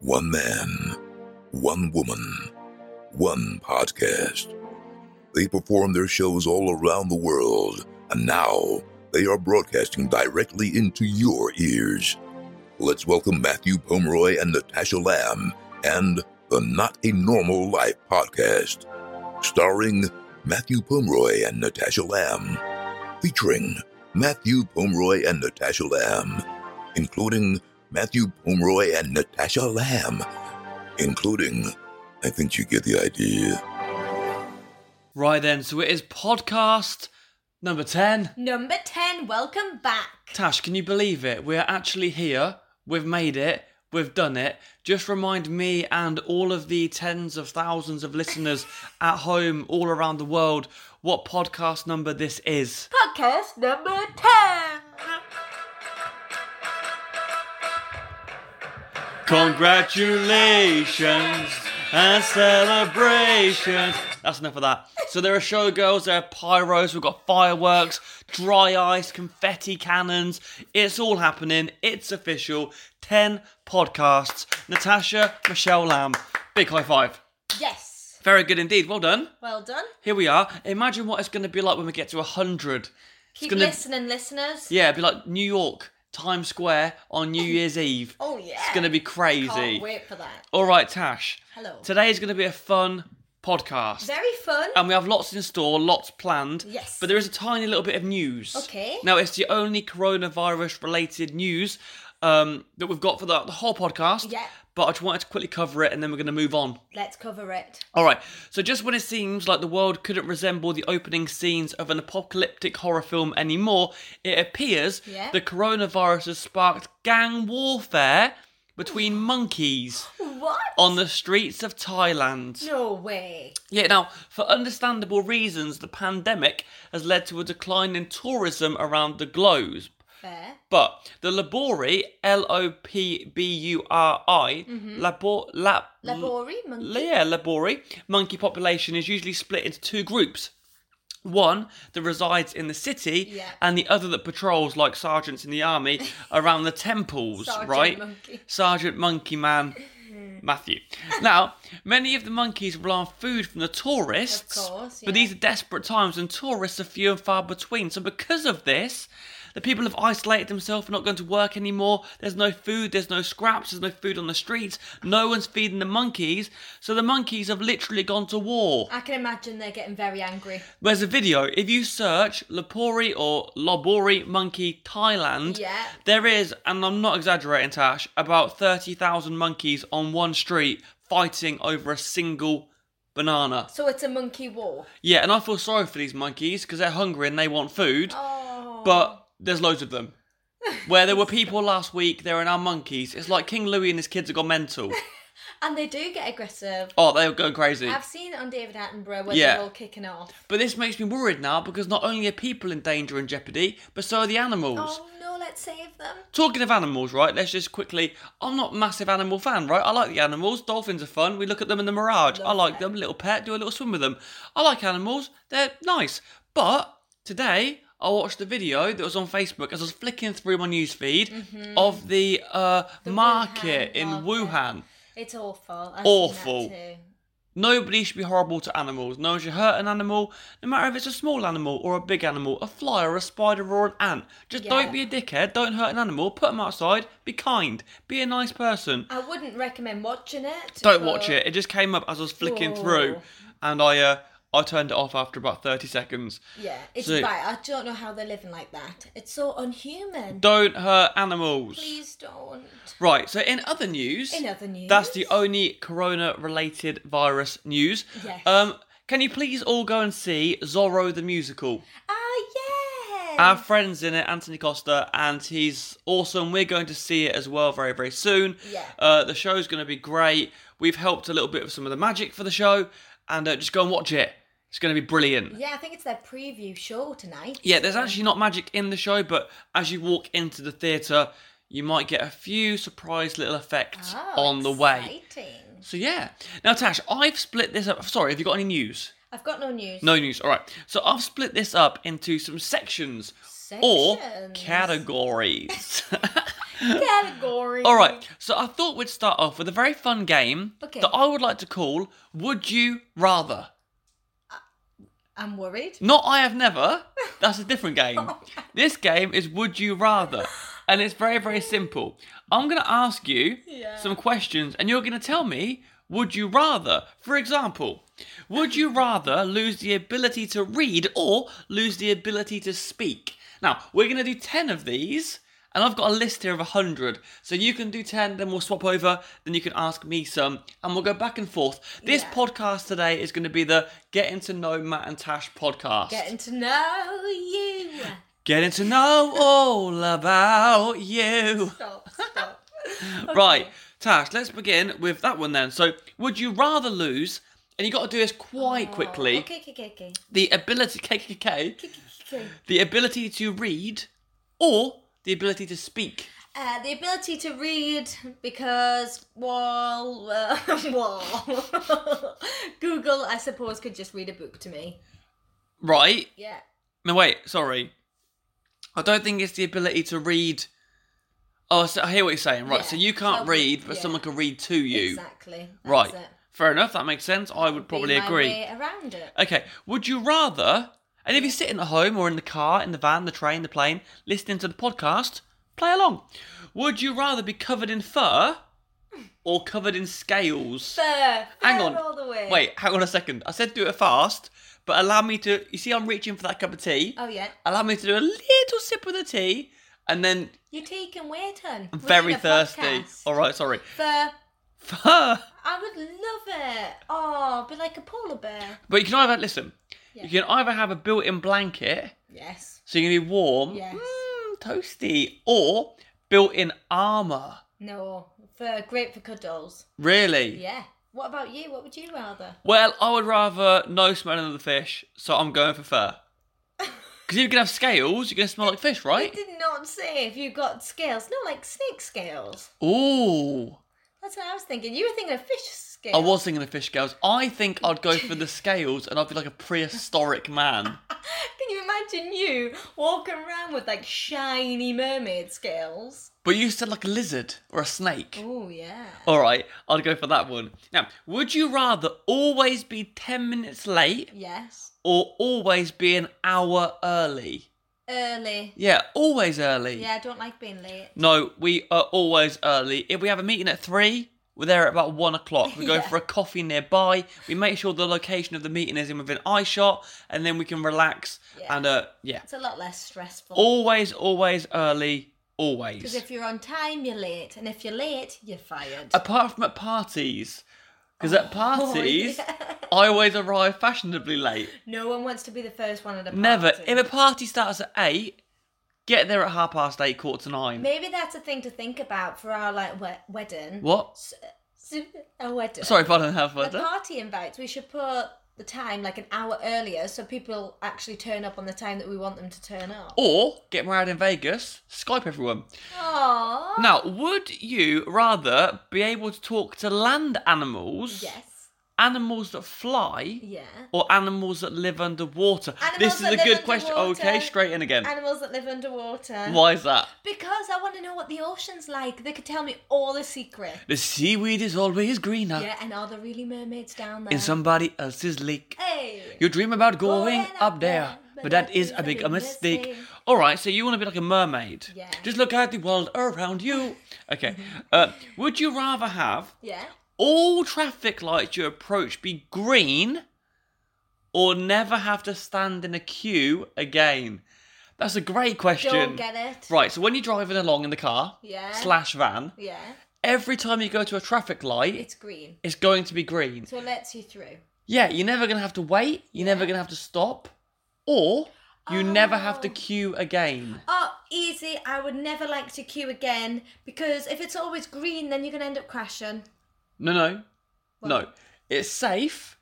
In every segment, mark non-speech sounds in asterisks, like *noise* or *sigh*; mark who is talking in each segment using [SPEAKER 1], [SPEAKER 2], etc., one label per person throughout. [SPEAKER 1] One man, one woman, one podcast. They perform their shows all around the world, and now they are broadcasting directly into your ears. Let's welcome Matthew Pomeroy and Natasha Lamb and the Not a Normal Life podcast, starring Matthew Pomeroy and Natasha Lamb, featuring Matthew Pomeroy and Natasha Lamb, including Matthew Pomeroy and Natasha Lamb, including, I think you get the idea.
[SPEAKER 2] Right then, so it is podcast number 10.
[SPEAKER 3] Number 10, welcome back.
[SPEAKER 2] Tash, can you believe it? We're actually here. We've made it. We've done it. Just remind me and all of the tens of thousands of listeners at home all around the world what podcast number this is.
[SPEAKER 3] Podcast number 10.
[SPEAKER 2] Congratulations and celebrations. That's enough of that. So there are showgirls, there are pyros, we've got fireworks, dry ice, confetti cannons. It's all happening. It's official. 10 podcasts. Natasha, Michelle Lamb. Big high five.
[SPEAKER 3] Yes,
[SPEAKER 2] Very good indeed. Well done.
[SPEAKER 3] well done.
[SPEAKER 2] Here we are. Imagine what it's going to be like when we get to 100.
[SPEAKER 3] Keep
[SPEAKER 2] gonna-
[SPEAKER 3] listening, listeners.
[SPEAKER 2] Yeah, it'd be like New York, Times Square on New Year's Eve.
[SPEAKER 3] Oh, yeah.
[SPEAKER 2] It's going to be crazy.
[SPEAKER 3] Can't wait for that.
[SPEAKER 2] All right, Tash.
[SPEAKER 3] Hello.
[SPEAKER 2] Today is going to be a fun podcast.
[SPEAKER 3] Very fun.
[SPEAKER 2] and we have lots in store, lots planned.
[SPEAKER 3] Yes.
[SPEAKER 2] But there is a tiny little bit of news.
[SPEAKER 3] Okay.
[SPEAKER 2] Now, it's the only coronavirus related news um, that we've got for the, the whole podcast.
[SPEAKER 3] Yeah.
[SPEAKER 2] But I just wanted to quickly cover it and then we're going to move on.
[SPEAKER 3] Let's cover it.
[SPEAKER 2] All right. So just when it seems like the world couldn't resemble the opening scenes of an apocalyptic horror film anymore, it appears
[SPEAKER 3] Yeah.
[SPEAKER 2] the coronavirus has sparked gang warfare between monkeys
[SPEAKER 3] What?
[SPEAKER 2] on the streets of Thailand.
[SPEAKER 3] No way.
[SPEAKER 2] Yeah, now, for understandable reasons, the pandemic has led to a decline in tourism around the globe.
[SPEAKER 3] Fair.
[SPEAKER 2] But the Labori, L O P B U R I, Labor, lab,
[SPEAKER 3] Labori monkey.
[SPEAKER 2] yeah, Labori monkey population is usually split into two groups. One that resides in the city,
[SPEAKER 3] Yeah.
[SPEAKER 2] and the other that patrols like sergeants in the army *laughs* around the temples,
[SPEAKER 3] Sergeant
[SPEAKER 2] right?
[SPEAKER 3] monkey.
[SPEAKER 2] Sergeant Monkey
[SPEAKER 3] *laughs*
[SPEAKER 2] Man Matthew. Now, many of the monkeys rely on food from the tourists,
[SPEAKER 3] Of course,
[SPEAKER 2] but
[SPEAKER 3] yeah.
[SPEAKER 2] these are desperate times, and tourists are few and far between. So, because of this, the people have isolated themselves, not going to work anymore. There's no food, there's no scraps, there's no food on the streets. No one's feeding the monkeys, so the monkeys have literally gone to war.
[SPEAKER 3] I can imagine they're getting very angry.
[SPEAKER 2] There's a video. If you search Lapori or Lobori monkey Thailand,
[SPEAKER 3] Yeah.
[SPEAKER 2] there is, and I'm not exaggerating, Tash, about 30,000 monkeys on one street fighting over a single banana.
[SPEAKER 3] So it's a monkey war.
[SPEAKER 2] Yeah, and I feel sorry for these monkeys because they're hungry and they want food,
[SPEAKER 3] Oh.
[SPEAKER 2] but there's loads of them. Where there were people last week, there are now monkeys. It's like King Louis and his kids have gone
[SPEAKER 3] *laughs*
[SPEAKER 2] mental.
[SPEAKER 3] And they do get aggressive.
[SPEAKER 2] Oh, they're going crazy.
[SPEAKER 3] I've seen it on David Attenborough where
[SPEAKER 2] Yeah.
[SPEAKER 3] they're all kicking off.
[SPEAKER 2] But this makes me worried now because not only are people in danger and jeopardy, but so are the animals.
[SPEAKER 3] Oh no, let's save them.
[SPEAKER 2] Talking of animals, right? Let's just quickly. I'm not a massive animal fan, right? I like the animals. Dolphins are fun. We look at them in the mirage. I like them. Little pet. Do a little swim with them. I like animals. They're nice. But today I watched a video that was on Facebook as I was flicking through my newsfeed of the, uh, market
[SPEAKER 3] Wuhan
[SPEAKER 2] in
[SPEAKER 3] market.
[SPEAKER 2] Wuhan.
[SPEAKER 3] It's awful. I've
[SPEAKER 2] Awful.
[SPEAKER 3] Seen that too.
[SPEAKER 2] Nobody should be horrible to animals. No one should hurt an animal, no matter if it's a small animal or a big animal, a fly or a spider or an ant. Just
[SPEAKER 3] Yeah.
[SPEAKER 2] don't be a dickhead. Don't hurt an animal. Put them outside. Be kind. Be a nice person.
[SPEAKER 3] I wouldn't recommend watching it.
[SPEAKER 2] Don't watch
[SPEAKER 3] but-
[SPEAKER 2] it. It just came up as I was flicking
[SPEAKER 3] Whoa.
[SPEAKER 2] through, and I uh, I turned it off after about thirty seconds.
[SPEAKER 3] Yeah, it's
[SPEAKER 2] So-
[SPEAKER 3] right. I don't know how they're living like that. It's so unhuman.
[SPEAKER 2] Don't hurt animals.
[SPEAKER 3] Please don't.
[SPEAKER 2] Right. So in other news,
[SPEAKER 3] In other news,
[SPEAKER 2] that's the only corona-related virus news.
[SPEAKER 3] Yes.
[SPEAKER 2] Um, can you please all go and see Zorro the musical?
[SPEAKER 3] ah yeah.
[SPEAKER 2] Our friend's in it, Anthony Costa, and he's awesome. We're going to see it as well very, very soon.
[SPEAKER 3] Yeah.
[SPEAKER 2] Uh, the show's going to be great. We've helped a little bit with some of the magic for the show, and uh, just go and watch it. It's going to be brilliant.
[SPEAKER 3] yeah, I think it's their preview show tonight. Oh,
[SPEAKER 2] Yeah, there's actually not magic in the show, but as you walk into the theatre, you might get a few surprise little effects
[SPEAKER 3] Oh,
[SPEAKER 2] on the way.
[SPEAKER 3] exciting.
[SPEAKER 2] So, yeah. Now, Tash, I've split this up. Sorry, have you got any news?
[SPEAKER 3] I've got no news.
[SPEAKER 2] No news. All right. So, I've split this up into some sections. or
[SPEAKER 3] Sections.
[SPEAKER 2] categories. *laughs*
[SPEAKER 3] Category.
[SPEAKER 2] All right, so I thought we'd start off with a very fun game
[SPEAKER 3] Okay.
[SPEAKER 2] that I would like to call Would You Rather?
[SPEAKER 3] I'm worried.
[SPEAKER 2] Not I Have
[SPEAKER 3] *laughs*
[SPEAKER 2] Never, that's a different game.
[SPEAKER 3] Oh,
[SPEAKER 2] This game is Would You Rather, and it's very, very
[SPEAKER 3] *laughs*
[SPEAKER 2] simple. I'm going to ask you
[SPEAKER 3] Yeah.
[SPEAKER 2] some questions, and you're going to tell me Would you rather? For example, would you rather lose the ability to read or lose the ability to speak? Now, we're going to do 10 of these. And I've got a list here of 100. So you can do 10, then we'll swap over, then you can ask me some, and we'll go back and forth. This
[SPEAKER 3] Yeah.
[SPEAKER 2] podcast today is going to be the Getting to Know Matt and Tash podcast.
[SPEAKER 3] Getting to know you.
[SPEAKER 2] Getting to know all about
[SPEAKER 3] *laughs*
[SPEAKER 2] you.
[SPEAKER 3] Stop, stop.
[SPEAKER 2] Right, Tash, let's begin with that one then. So, would you rather lose, and you got to do this quite quickly,
[SPEAKER 3] Oh, Okay, okay, okay, okay.
[SPEAKER 2] the ability, *laughs* KKK,
[SPEAKER 3] Okay, okay.
[SPEAKER 2] the ability to read or the ability to speak?
[SPEAKER 3] Uh, the ability to read because well, uh, *laughs* well, *laughs* Google, I suppose, could just read a book to me.
[SPEAKER 2] Right?
[SPEAKER 3] Yeah.
[SPEAKER 2] No, wait, sorry. I don't think it's the ability to read. Oh, so I hear what you're saying. Right,
[SPEAKER 3] Yeah,
[SPEAKER 2] so you can't
[SPEAKER 3] so-
[SPEAKER 2] read, but
[SPEAKER 3] yeah.
[SPEAKER 2] someone can read to you.
[SPEAKER 3] Exactly. That's
[SPEAKER 2] Right.
[SPEAKER 3] it.
[SPEAKER 2] Fair enough, that makes sense. I would
[SPEAKER 3] Be
[SPEAKER 2] probably
[SPEAKER 3] my
[SPEAKER 2] agree. Uh,
[SPEAKER 3] way around it.
[SPEAKER 2] Okay, would you rather, and if you're sitting at home or in the car, in the van, the train, the plane, listening to the podcast, play along. Would you rather be covered in fur or covered in scales?
[SPEAKER 3] Fair.
[SPEAKER 2] Hang
[SPEAKER 3] fair
[SPEAKER 2] on.
[SPEAKER 3] All the way.
[SPEAKER 2] Wait, hang on a second. I said do it fast, but allow me to. You see, I'm reaching for that cup of tea.
[SPEAKER 3] Oh yeah.
[SPEAKER 2] Allow me to do a little sip of the tea, and then
[SPEAKER 3] You're taking way turn.
[SPEAKER 2] I'm very
[SPEAKER 3] Reading a
[SPEAKER 2] thirsty.
[SPEAKER 3] podcast.
[SPEAKER 2] All right, sorry.
[SPEAKER 3] Fair.
[SPEAKER 2] Fur.
[SPEAKER 3] I would love it. Oh, be like a polar bear.
[SPEAKER 2] But you can either listen.
[SPEAKER 3] Yeah.
[SPEAKER 2] You can either have a built-in blanket.
[SPEAKER 3] Yes.
[SPEAKER 2] So you can be warm,
[SPEAKER 3] Yes.
[SPEAKER 2] mm, toasty, or built in armour.
[SPEAKER 3] No. For great for cuddles.
[SPEAKER 2] Really?
[SPEAKER 3] Yeah. What about you? What would you rather?
[SPEAKER 2] Well, I would rather no smelling of the fish, so I'm going for
[SPEAKER 3] *laughs*
[SPEAKER 2] fur. Because if you can have scales, you're going to smell like fish,
[SPEAKER 3] I
[SPEAKER 2] right?
[SPEAKER 3] did not say if you got scales. No, like snake scales.
[SPEAKER 2] Ooh.
[SPEAKER 3] That's what I was thinking. You were thinking of fish scales.
[SPEAKER 2] I was thinking of fish scales. I think I'd go
[SPEAKER 3] *laughs*
[SPEAKER 2] for the scales and I'd be like a prehistoric man.
[SPEAKER 3] Can you imagine you walking around with like shiny mermaid scales?
[SPEAKER 2] But you said like a lizard or a snake.
[SPEAKER 3] Oh yeah.
[SPEAKER 2] All right, I'd go for that one. Now, would you rather always be 10 minutes late
[SPEAKER 3] Yes.
[SPEAKER 2] or always be an hour early?
[SPEAKER 3] Early.
[SPEAKER 2] Yeah, always early.
[SPEAKER 3] Yeah, I don't like being late.
[SPEAKER 2] No, we are always early. If we have a meeting at three, we're there at about one o'clock. We go
[SPEAKER 3] *laughs* Yeah.
[SPEAKER 2] for a coffee nearby. We make sure the location of the meeting is in within eye shot, and then we can relax.
[SPEAKER 3] Yeah.
[SPEAKER 2] And uh, yeah,
[SPEAKER 3] It's a lot less stressful.
[SPEAKER 2] Oh. always, always early,
[SPEAKER 3] Because
[SPEAKER 2] always.
[SPEAKER 3] if you're on time, you're late, and if you're late, you're fired.
[SPEAKER 2] Apart from at parties, because
[SPEAKER 3] *laughs*
[SPEAKER 2] at parties,
[SPEAKER 3] Oh, yeah.
[SPEAKER 2] I always arrive fashionably late.
[SPEAKER 3] No one wants to be the first one at a party.
[SPEAKER 2] Never. If a party starts at eight, get there at half past eight, quarter to nine.
[SPEAKER 3] Maybe that's a thing to think about for our like we- wedding.
[SPEAKER 2] What?
[SPEAKER 3] S- *laughs* A wedding.
[SPEAKER 2] Sorry, pardon, half
[SPEAKER 3] The party invites. We should put the time like an hour earlier, so people actually turn up on the time that we want them to turn up.
[SPEAKER 2] Or get married in Vegas, Skype everyone.
[SPEAKER 3] Aww.
[SPEAKER 2] Now, would you rather be able to talk to land animals,
[SPEAKER 3] Yes.
[SPEAKER 2] animals that fly,
[SPEAKER 3] Yeah.
[SPEAKER 2] or animals that live underwater?
[SPEAKER 3] Animals
[SPEAKER 2] this is
[SPEAKER 3] that
[SPEAKER 2] a
[SPEAKER 3] live
[SPEAKER 2] good question.
[SPEAKER 3] underwater.
[SPEAKER 2] Okay, straight in again.
[SPEAKER 3] Animals that live underwater.
[SPEAKER 2] Why is that?
[SPEAKER 3] Because I want to know what the ocean's like. They could tell me all the secret.
[SPEAKER 2] The seaweed is always greener
[SPEAKER 3] Yeah, and are there really mermaids down there?
[SPEAKER 2] in somebody else's lake.
[SPEAKER 3] Hey.
[SPEAKER 2] You dream about going,
[SPEAKER 3] Going
[SPEAKER 2] up there, but that is a big mistake. All right, so you want to be like a mermaid?
[SPEAKER 3] Yeah.
[SPEAKER 2] Just look at the world around you. Okay. Uh, would you rather have
[SPEAKER 3] Yeah.
[SPEAKER 2] all traffic lights you approach be green or never have to stand in a queue again? That's a great question.
[SPEAKER 3] Don't get it.
[SPEAKER 2] Right, so when you're driving along in the car
[SPEAKER 3] Yeah.
[SPEAKER 2] slash van,
[SPEAKER 3] Yeah.
[SPEAKER 2] every time you go to a traffic light, it's,
[SPEAKER 3] It's green.
[SPEAKER 2] going to be green.
[SPEAKER 3] So it lets you through.
[SPEAKER 2] Yeah, you're never going to have to wait, you're never going to have to stop, or you never have to
[SPEAKER 3] Oh.
[SPEAKER 2] queue again.
[SPEAKER 3] Oh, easy. I would never like to queue again because if it's always green, then you're going to end up crashing.
[SPEAKER 2] No, no, no. It's safe.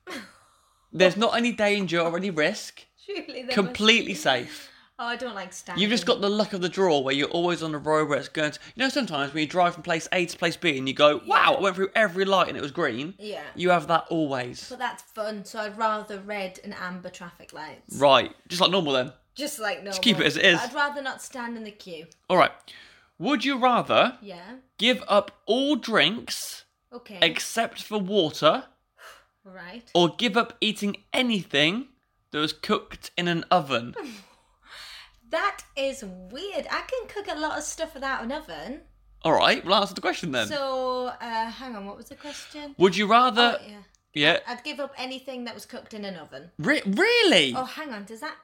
[SPEAKER 2] There's not any danger or any
[SPEAKER 3] *laughs*
[SPEAKER 2] risk.
[SPEAKER 3] Surely there *laughs*
[SPEAKER 2] Completely
[SPEAKER 3] must
[SPEAKER 2] safe.
[SPEAKER 3] Oh, I don't like standing.
[SPEAKER 2] You've just got the luck of the draw where you're always on a road where it's going to. You know, sometimes when you drive from place A to place B and you go, wow, I went through every light and it was green.
[SPEAKER 3] Yeah.
[SPEAKER 2] You have that always.
[SPEAKER 3] But that's fun, so I'd rather red and amber traffic lights.
[SPEAKER 2] Right. Just like normal then.
[SPEAKER 3] Just like normal.
[SPEAKER 2] keep it as it is.
[SPEAKER 3] I'd rather not stand in the queue.
[SPEAKER 2] All right. Would you rather
[SPEAKER 3] Yeah.
[SPEAKER 2] give up all drinks
[SPEAKER 3] Okay.
[SPEAKER 2] except for water
[SPEAKER 3] right.
[SPEAKER 2] or give up eating anything that was cooked in an
[SPEAKER 3] *laughs*
[SPEAKER 2] oven?
[SPEAKER 3] That is weird. I can cook a lot of stuff without an oven.
[SPEAKER 2] All right, well, answer the question then.
[SPEAKER 3] So, uh, hang on. What was the question?
[SPEAKER 2] Would you rather.
[SPEAKER 3] oh, yeah.
[SPEAKER 2] yeah.
[SPEAKER 3] I'd give up anything that was cooked in an oven.
[SPEAKER 2] Re- really?
[SPEAKER 3] Oh, hang on. Does that?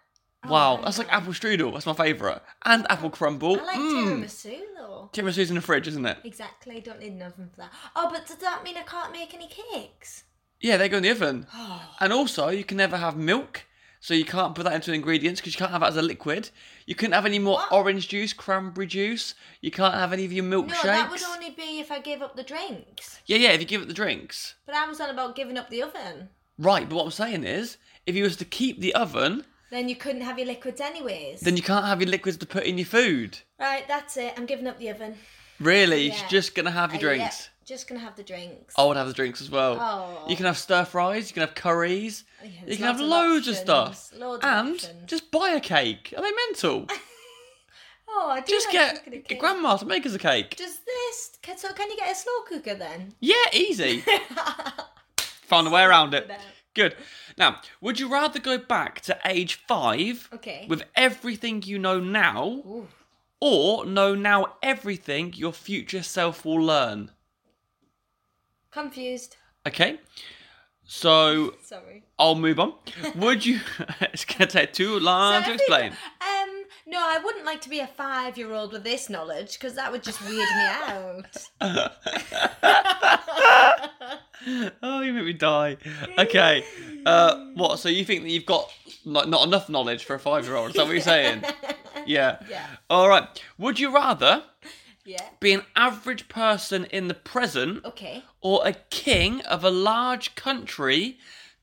[SPEAKER 3] oh,
[SPEAKER 2] wow,
[SPEAKER 3] hang
[SPEAKER 2] that's like
[SPEAKER 3] on.
[SPEAKER 2] apple strudel. That's my favourite. And apple crumble.
[SPEAKER 3] I like
[SPEAKER 2] mm.
[SPEAKER 3] tiramisu though.
[SPEAKER 2] Tiramisu's in the fridge, isn't it?
[SPEAKER 3] Exactly. Don't need an oven for that. Oh, but does that mean I can't make any cakes?
[SPEAKER 2] Yeah, they go in the oven.
[SPEAKER 3] Oh,
[SPEAKER 2] And also, you can never have milk, so you can't put that into ingredients because you can't have that as a liquid. You couldn't have any more
[SPEAKER 3] What?
[SPEAKER 2] orange juice, cranberry juice. You can't have any of your
[SPEAKER 3] no,
[SPEAKER 2] milkshakes.
[SPEAKER 3] that would only be if I gave up the drinks.
[SPEAKER 2] Yeah, yeah. If you give it the drinks,
[SPEAKER 3] But I was on about giving up the oven.
[SPEAKER 2] right? But what I'm saying is, if you was to keep the oven,
[SPEAKER 3] Then you couldn't have your liquids anyways.
[SPEAKER 2] then you can't have your liquids to put in your food.
[SPEAKER 3] right, that's it. I'm giving up the oven.
[SPEAKER 2] Really,
[SPEAKER 3] Yeah.
[SPEAKER 2] you're just gonna have your
[SPEAKER 3] Uh, yeah,
[SPEAKER 2] drinks.
[SPEAKER 3] just gonna have the drinks.
[SPEAKER 2] I would have the drinks as well.
[SPEAKER 3] Oh.
[SPEAKER 2] You can have stir fries. You can have curries.
[SPEAKER 3] Yeah,
[SPEAKER 2] you
[SPEAKER 3] there's
[SPEAKER 2] can have
[SPEAKER 3] lots
[SPEAKER 2] loads
[SPEAKER 3] of
[SPEAKER 2] of, stuff.
[SPEAKER 3] options, loads of
[SPEAKER 2] and
[SPEAKER 3] options.
[SPEAKER 2] just buy a cake. Are they
[SPEAKER 3] *laughs*
[SPEAKER 2] mental?
[SPEAKER 3] oh, I do
[SPEAKER 2] just
[SPEAKER 3] like
[SPEAKER 2] get,
[SPEAKER 3] cooking a
[SPEAKER 2] get
[SPEAKER 3] cake.
[SPEAKER 2] grandma to make us a cake.
[SPEAKER 3] *laughs* Does this? Can, so can you get a slow cooker then?
[SPEAKER 2] Yeah,
[SPEAKER 3] *laughs*
[SPEAKER 2] easy. Found a way around it.
[SPEAKER 3] About-
[SPEAKER 2] Good. Now, would you rather go back to age five
[SPEAKER 3] Okay.
[SPEAKER 2] with everything you know now,
[SPEAKER 3] Ooh.
[SPEAKER 2] or know now everything your future self will learn?
[SPEAKER 3] Confused.
[SPEAKER 2] Okay. So
[SPEAKER 3] Sorry.
[SPEAKER 2] I'll move on. Would you? *laughs* it's gonna take too long to
[SPEAKER 3] So if we- *laughs*
[SPEAKER 2] explain.
[SPEAKER 3] Um, no, I wouldn't like to be a five-year-old with this knowledge because that would just
[SPEAKER 2] *laughs*
[SPEAKER 3] weird me out.
[SPEAKER 2] Oh, you make me die. Okay. Uh, what? So you think that you've got like not enough knowledge for a five-year-old? Is that what you're
[SPEAKER 3] *laughs*
[SPEAKER 2] saying? Yeah.
[SPEAKER 3] Yeah.
[SPEAKER 2] All right. Would you rather
[SPEAKER 3] Yeah.
[SPEAKER 2] be an average person in the present
[SPEAKER 3] Okay.
[SPEAKER 2] or a king of a large country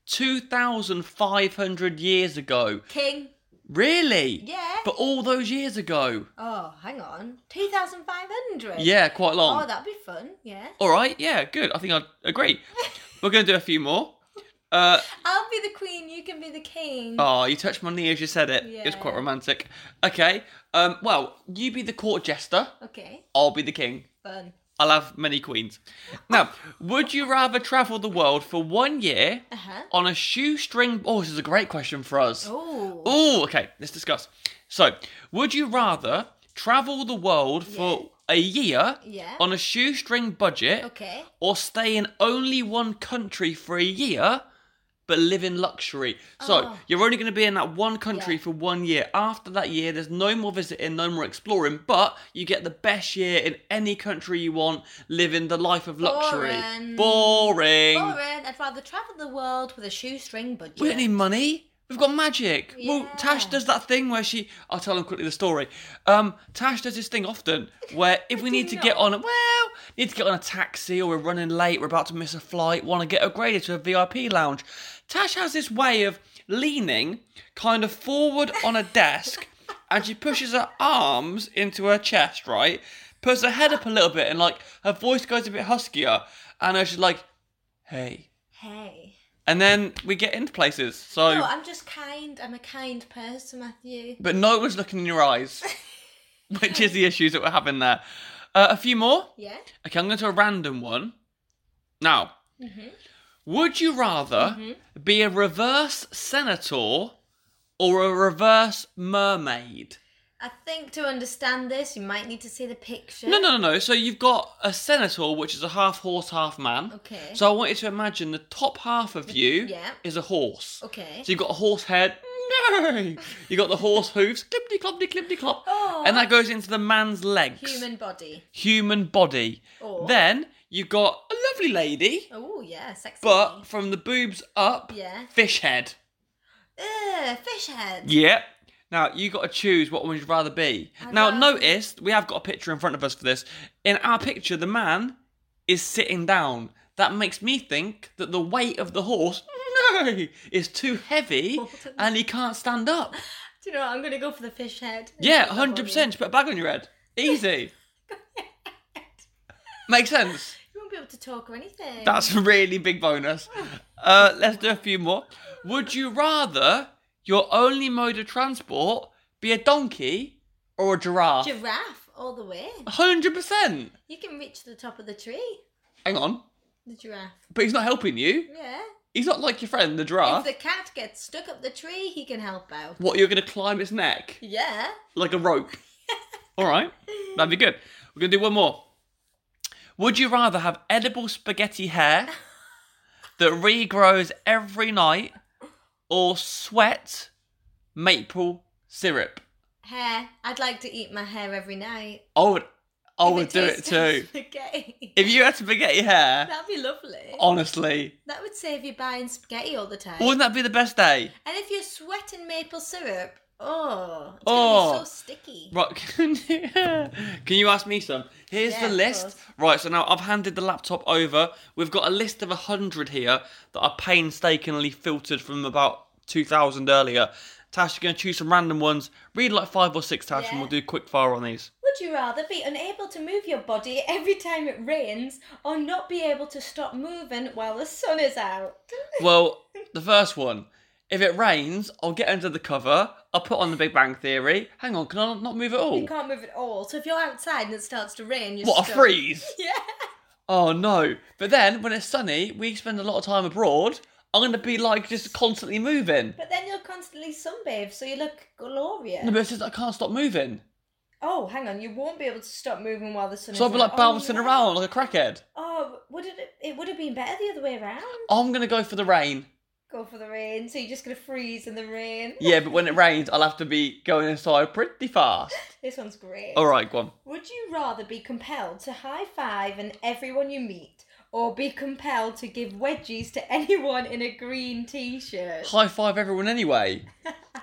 [SPEAKER 2] 2,500 years ago?
[SPEAKER 3] King.
[SPEAKER 2] Really?
[SPEAKER 3] Yeah.
[SPEAKER 2] But all those years ago?
[SPEAKER 3] Oh, hang on. Two thousand five hundred.
[SPEAKER 2] Yeah, quite long.
[SPEAKER 3] Oh, that'd be fun. Yeah.
[SPEAKER 2] all right. Yeah, good. I think I'd agree. We're going to do a few more. Uh,
[SPEAKER 3] I'll be the queen. You can be the king.
[SPEAKER 2] Oh, you touched my knee as you said it. It was quite
[SPEAKER 3] Yeah.
[SPEAKER 2] romantic. Okay. Um, well, you be the court jester.
[SPEAKER 3] Okay.
[SPEAKER 2] I'll be the king.
[SPEAKER 3] Fun.
[SPEAKER 2] I'll have many queens. Now, would you rather travel the world for one year
[SPEAKER 3] Uh huh.
[SPEAKER 2] on a shoestring? Oh, this is a great question for us.
[SPEAKER 3] Oh.
[SPEAKER 2] Oh, okay. Let's discuss. So, would you rather travel the world for a year
[SPEAKER 3] Yeah.
[SPEAKER 2] on a shoestring budget,
[SPEAKER 3] Okay.
[SPEAKER 2] or stay in only one country for a year but live in luxury. So
[SPEAKER 3] Oh.
[SPEAKER 2] you're only going to be in that one country
[SPEAKER 3] Yeah.
[SPEAKER 2] for one year. After that year, there's no more visiting, no more exploring, but you get the best year in any country you want, living the life of luxury.
[SPEAKER 3] Boring.
[SPEAKER 2] Boring.
[SPEAKER 3] Lauren, I'd rather travel the world with a shoestring budget.
[SPEAKER 2] We don't need money. We've got magic. Well,
[SPEAKER 3] Yeah.
[SPEAKER 2] Tash does that thing where she. I'll tell them quickly the story. Um, Tash does this thing often where if we
[SPEAKER 3] do
[SPEAKER 2] need to get
[SPEAKER 3] not.
[SPEAKER 2] on a well, need to get on a taxi or we're running late, we're about to miss a flight, want to get upgraded to a VIP lounge. Tash has this way of leaning kind of forward on a
[SPEAKER 3] *laughs*
[SPEAKER 2] desk, and she pushes her arms into her chest, right? Puts her head up a little bit, and like her voice goes a bit huskier, and she's like, "Hey."
[SPEAKER 3] Hey.
[SPEAKER 2] And then we get into places. So,
[SPEAKER 3] No, I'm just kind. I'm a kind person, Matthew.
[SPEAKER 2] but no one's looking in your
[SPEAKER 3] *laughs*
[SPEAKER 2] eyes, which is the issues that we're having there. Uh, a few more.
[SPEAKER 3] Yeah.
[SPEAKER 2] Okay, I'm going to a random one. Now,
[SPEAKER 3] Mm-hmm.
[SPEAKER 2] would you rather be a reverse senator or a reverse mermaid?
[SPEAKER 3] I think to understand this, you might need to see the picture.
[SPEAKER 2] No, no, no, no. So you've got a senator, which is a half horse, half man.
[SPEAKER 3] Okay.
[SPEAKER 2] So I want you to imagine the top half of you
[SPEAKER 3] Yeah.
[SPEAKER 2] is a horse.
[SPEAKER 3] Okay.
[SPEAKER 2] So you've got a horse head. No! you got the horse hooves. Clippity clopty clippity clop.
[SPEAKER 3] Oh.
[SPEAKER 2] And that goes into the man's legs.
[SPEAKER 3] Human body.
[SPEAKER 2] Human body.
[SPEAKER 3] Or-
[SPEAKER 2] Then you've got a lovely lady,
[SPEAKER 3] Oh yeah, sexy.
[SPEAKER 2] but from the boobs up,
[SPEAKER 3] Yeah.
[SPEAKER 2] fish head.
[SPEAKER 3] Ugh, fish head.
[SPEAKER 2] Yep. Now you got to choose what one you'd rather be. now
[SPEAKER 3] rather-
[SPEAKER 2] notice we have got a picture in front of us for this. In our picture, the man is sitting down. That makes me think that the weight of the horse *laughs* no is too heavy and he can't stand up.
[SPEAKER 3] Do you know what? I'm gonna go for the fish head.
[SPEAKER 2] Yeah,
[SPEAKER 3] Human body.
[SPEAKER 2] hundred percent. Just put a bag on your head. Easy. Makes sense.
[SPEAKER 3] You won't be able to talk or anything.
[SPEAKER 2] That's a really big bonus. Uh, let's do a few more. Would you rather your only mode of transport be a donkey or a giraffe?
[SPEAKER 3] giraffe. all the way.
[SPEAKER 2] 100%.
[SPEAKER 3] You can reach the top of the tree.
[SPEAKER 2] Hang on.
[SPEAKER 3] The giraffe.
[SPEAKER 2] But he's not helping you.
[SPEAKER 3] Yeah.
[SPEAKER 2] He's not like your friend, the giraffe.
[SPEAKER 3] If the cat gets stuck up the tree, he can help out.
[SPEAKER 2] What, you're going to climb its neck
[SPEAKER 3] Yeah.
[SPEAKER 2] like a rope? All right. That'd be good. We're going to do one more. Would you rather have edible spaghetti hair that regrows every night or sweat maple syrup?
[SPEAKER 3] Hair. I'd like to eat my hair every night.
[SPEAKER 2] I would, I
[SPEAKER 3] If
[SPEAKER 2] would do it
[SPEAKER 3] tastes
[SPEAKER 2] too.
[SPEAKER 3] *laughs* Spaghetti.
[SPEAKER 2] If you had spaghetti hair,
[SPEAKER 3] That'd be lovely.
[SPEAKER 2] honestly,
[SPEAKER 3] That would save you buying spaghetti all the time.
[SPEAKER 2] Oh. wouldn't that be the best day?
[SPEAKER 3] And if you're sweating maple syrup, oh, it's
[SPEAKER 2] Oh.
[SPEAKER 3] gonna be so sticky.
[SPEAKER 2] Right, *laughs* can you, can you ask me some? Here's
[SPEAKER 3] Yeah,
[SPEAKER 2] the
[SPEAKER 3] of
[SPEAKER 2] list.
[SPEAKER 3] course.
[SPEAKER 2] Right, so now I've handed the laptop over. We've got a list of 100 here that are painstakingly filtered from about 2000 earlier. Tash, you're going to choose some random ones. Read like five or six, Tash, and
[SPEAKER 3] Yeah.
[SPEAKER 2] we'll do quick fire on these.
[SPEAKER 3] Would you rather be unable to move your body every time it rains, or not be able to stop moving while the sun is out?
[SPEAKER 2] Well, the first one. If it rains, I'll get under the cover. I'll put on the Big Bang Theory. Hang on, can I not move at all?
[SPEAKER 3] You can't move at all. So if you're outside and it starts to rain, you're
[SPEAKER 2] What, a
[SPEAKER 3] stuck.
[SPEAKER 2] freeze?
[SPEAKER 3] *laughs* Yeah.
[SPEAKER 2] Oh no! But then when it's sunny, we spend a lot of time abroad. I'm gonna be like just constantly moving.
[SPEAKER 3] But then you'll constantly sunbathe, so you look glorious.
[SPEAKER 2] No, but it's just I can't stop moving,
[SPEAKER 3] Oh, hang on, you won't be able to stop moving while the
[SPEAKER 2] so
[SPEAKER 3] sun is
[SPEAKER 2] I'll be
[SPEAKER 3] out.
[SPEAKER 2] like bouncing
[SPEAKER 3] oh, yeah.
[SPEAKER 2] around like a crackhead.
[SPEAKER 3] Oh, would it? It would have been better the other way around.
[SPEAKER 2] I'm gonna go for the rain.
[SPEAKER 3] Go for the rain. So you're just gonna freeze in the rain.
[SPEAKER 2] Yeah, but when it rains, I'll have to be going inside pretty
[SPEAKER 3] *laughs*
[SPEAKER 2] fast.
[SPEAKER 3] This one's great.
[SPEAKER 2] All right, go on.
[SPEAKER 3] Would you rather be compelled to high five and everyone you meet, or be compelled to give wedgies to anyone in a green t-shirt?
[SPEAKER 2] High five everyone
[SPEAKER 3] *laughs*
[SPEAKER 2] anyway.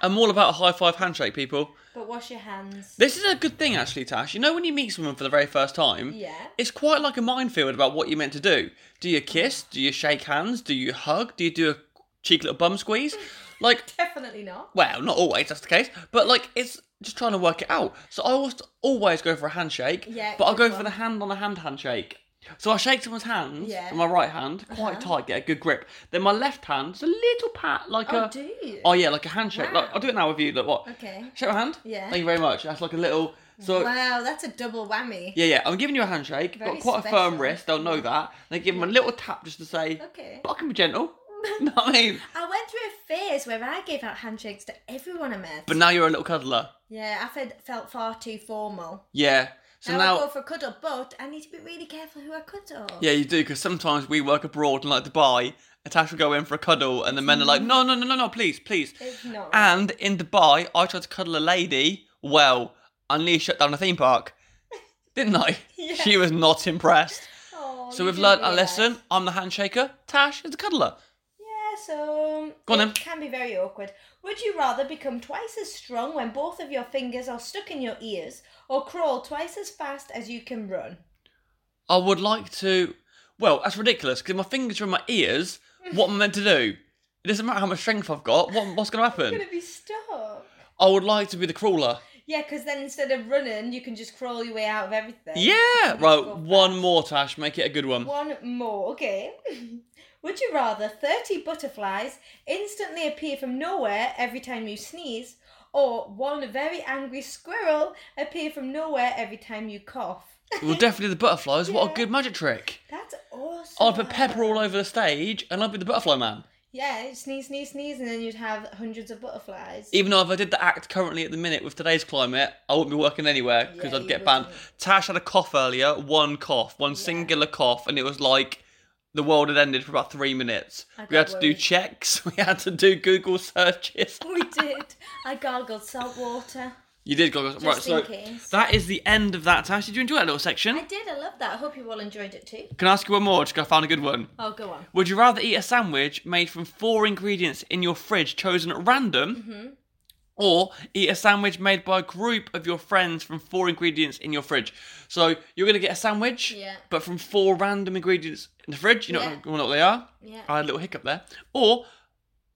[SPEAKER 2] I'm all about a high five handshake, people.
[SPEAKER 3] But wash your hands.
[SPEAKER 2] This is a good thing actually, Tash. You know when you meet someone for the very first time,
[SPEAKER 3] Yeah.
[SPEAKER 2] It's quite like a minefield about what you're meant to do. Do you kiss? Do you shake hands? Do you hug? Do you do a cheek little bum squeeze? Like,
[SPEAKER 3] Definitely not.
[SPEAKER 2] well, not always, that's the case. But like, it's just trying to work it out. So I always, always go for a handshake.
[SPEAKER 3] Yeah,
[SPEAKER 2] But I'll go
[SPEAKER 3] good
[SPEAKER 2] for
[SPEAKER 3] one.
[SPEAKER 2] the hand on a hand handshake. So I shake someone's hand
[SPEAKER 3] Yeah. Uh-huh.
[SPEAKER 2] with my right hand, quite tight, get a good grip. Then my left hand's a little pat, like
[SPEAKER 3] Oh,
[SPEAKER 2] a.
[SPEAKER 3] do you?
[SPEAKER 2] Oh yeah, like a handshake.
[SPEAKER 3] Wow.
[SPEAKER 2] Like, I'll do it now with you. Look what?
[SPEAKER 3] Okay.
[SPEAKER 2] Shake my hand.
[SPEAKER 3] Yeah.
[SPEAKER 2] Thank you very much. That's like a little. So
[SPEAKER 3] Wow, that's a double whammy.
[SPEAKER 2] yeah, yeah. I'm giving you a handshake.
[SPEAKER 3] Very
[SPEAKER 2] got quite a
[SPEAKER 3] special.
[SPEAKER 2] firm wrist. They'll know that. They give them a little tap just to say,
[SPEAKER 3] Okay.
[SPEAKER 2] but I can be
[SPEAKER 3] *laughs*
[SPEAKER 2] gentle. know what I mean?
[SPEAKER 3] I went through a phase where I gave out handshakes to everyone I met.
[SPEAKER 2] But now you're a little cuddler.
[SPEAKER 3] yeah, I felt, felt far too formal.
[SPEAKER 2] Yeah. So
[SPEAKER 3] now, I go
[SPEAKER 2] now,
[SPEAKER 3] for a cuddle, but I need to be really careful who I cuddle.
[SPEAKER 2] yeah, you do because sometimes we work abroad and like Dubai. and Tash will go in for a cuddle, and the men are
[SPEAKER 3] Mm-hmm.
[SPEAKER 2] like, no, no, no, no, no, please, please.
[SPEAKER 3] It's not.
[SPEAKER 2] And in Dubai, I tried to cuddle a lady. Well, I nearly shut down a theme
[SPEAKER 3] *laughs*
[SPEAKER 2] park, didn't I?
[SPEAKER 3] Yeah.
[SPEAKER 2] She was not impressed.
[SPEAKER 3] Oh,
[SPEAKER 2] So
[SPEAKER 3] you
[SPEAKER 2] we've
[SPEAKER 3] didn't
[SPEAKER 2] learned our
[SPEAKER 3] realise.
[SPEAKER 2] lesson. I'm the handshaker. Tash is the cuddler.
[SPEAKER 3] Yeah, so
[SPEAKER 2] Go on
[SPEAKER 3] it
[SPEAKER 2] then.
[SPEAKER 3] can be very awkward. Would you rather become twice as strong when both of your fingers are stuck in your ears, or crawl twice as fast as you can run?
[SPEAKER 2] I would like to. Well, that's ridiculous because my fingers are in my ears. What am I meant to do? It doesn't matter how much strength I've got. What, what's going to
[SPEAKER 3] You're
[SPEAKER 2] happen?
[SPEAKER 3] gonna be stuck.
[SPEAKER 2] I would like to be the crawler.
[SPEAKER 3] Yeah, because then instead of running, you can just crawl your way out of everything.
[SPEAKER 2] Yeah. Right.
[SPEAKER 3] go
[SPEAKER 2] One more, Tash. Make it a good one.
[SPEAKER 3] One more, okay. *laughs* Would you rather 30 butterflies instantly appear from nowhere every time you sneeze, or one very angry squirrel appear from nowhere every time you cough? *laughs*
[SPEAKER 2] Well, definitely the butterflies. What a
[SPEAKER 3] Yeah.
[SPEAKER 2] good magic trick.
[SPEAKER 3] That's awesome.
[SPEAKER 2] I'd put pepper all over the stage and I'd be the butterfly man.
[SPEAKER 3] Yeah, sneeze, sneeze, sneeze, and then you'd have hundreds of butterflies.
[SPEAKER 2] Even though if I did the act currently at the minute with today's climate, I wouldn't be working anywhere because
[SPEAKER 3] Yeah,
[SPEAKER 2] I'd
[SPEAKER 3] you
[SPEAKER 2] get banned.
[SPEAKER 3] wouldn't.
[SPEAKER 2] Tash had a cough earlier, one cough, one singular cough, and it was like the world had ended for about three minutes.
[SPEAKER 3] I
[SPEAKER 2] We had to
[SPEAKER 3] got
[SPEAKER 2] do
[SPEAKER 3] worried.
[SPEAKER 2] checks, *laughs* we had to do Google searches.
[SPEAKER 3] *laughs* we did. I gargled salt water.
[SPEAKER 2] You did go right.
[SPEAKER 3] in
[SPEAKER 2] So
[SPEAKER 3] case.
[SPEAKER 2] that is the end of that. Tash, did you enjoy that little section?
[SPEAKER 3] I did, I love that. I hope you all enjoyed it too.
[SPEAKER 2] Can I ask you one more? Just 'cause I found a good one.
[SPEAKER 3] Oh, go on.
[SPEAKER 2] Would you rather eat a sandwich made from four ingredients in your fridge chosen at random, or eat a sandwich made by a group of your friends from four ingredients in your fridge? So you're gonna get a sandwich,
[SPEAKER 3] Yeah.
[SPEAKER 2] but from four random ingredients in the fridge. You know,
[SPEAKER 3] Yeah.
[SPEAKER 2] you know what they are.
[SPEAKER 3] Yeah.
[SPEAKER 2] I had a little hiccup there. Or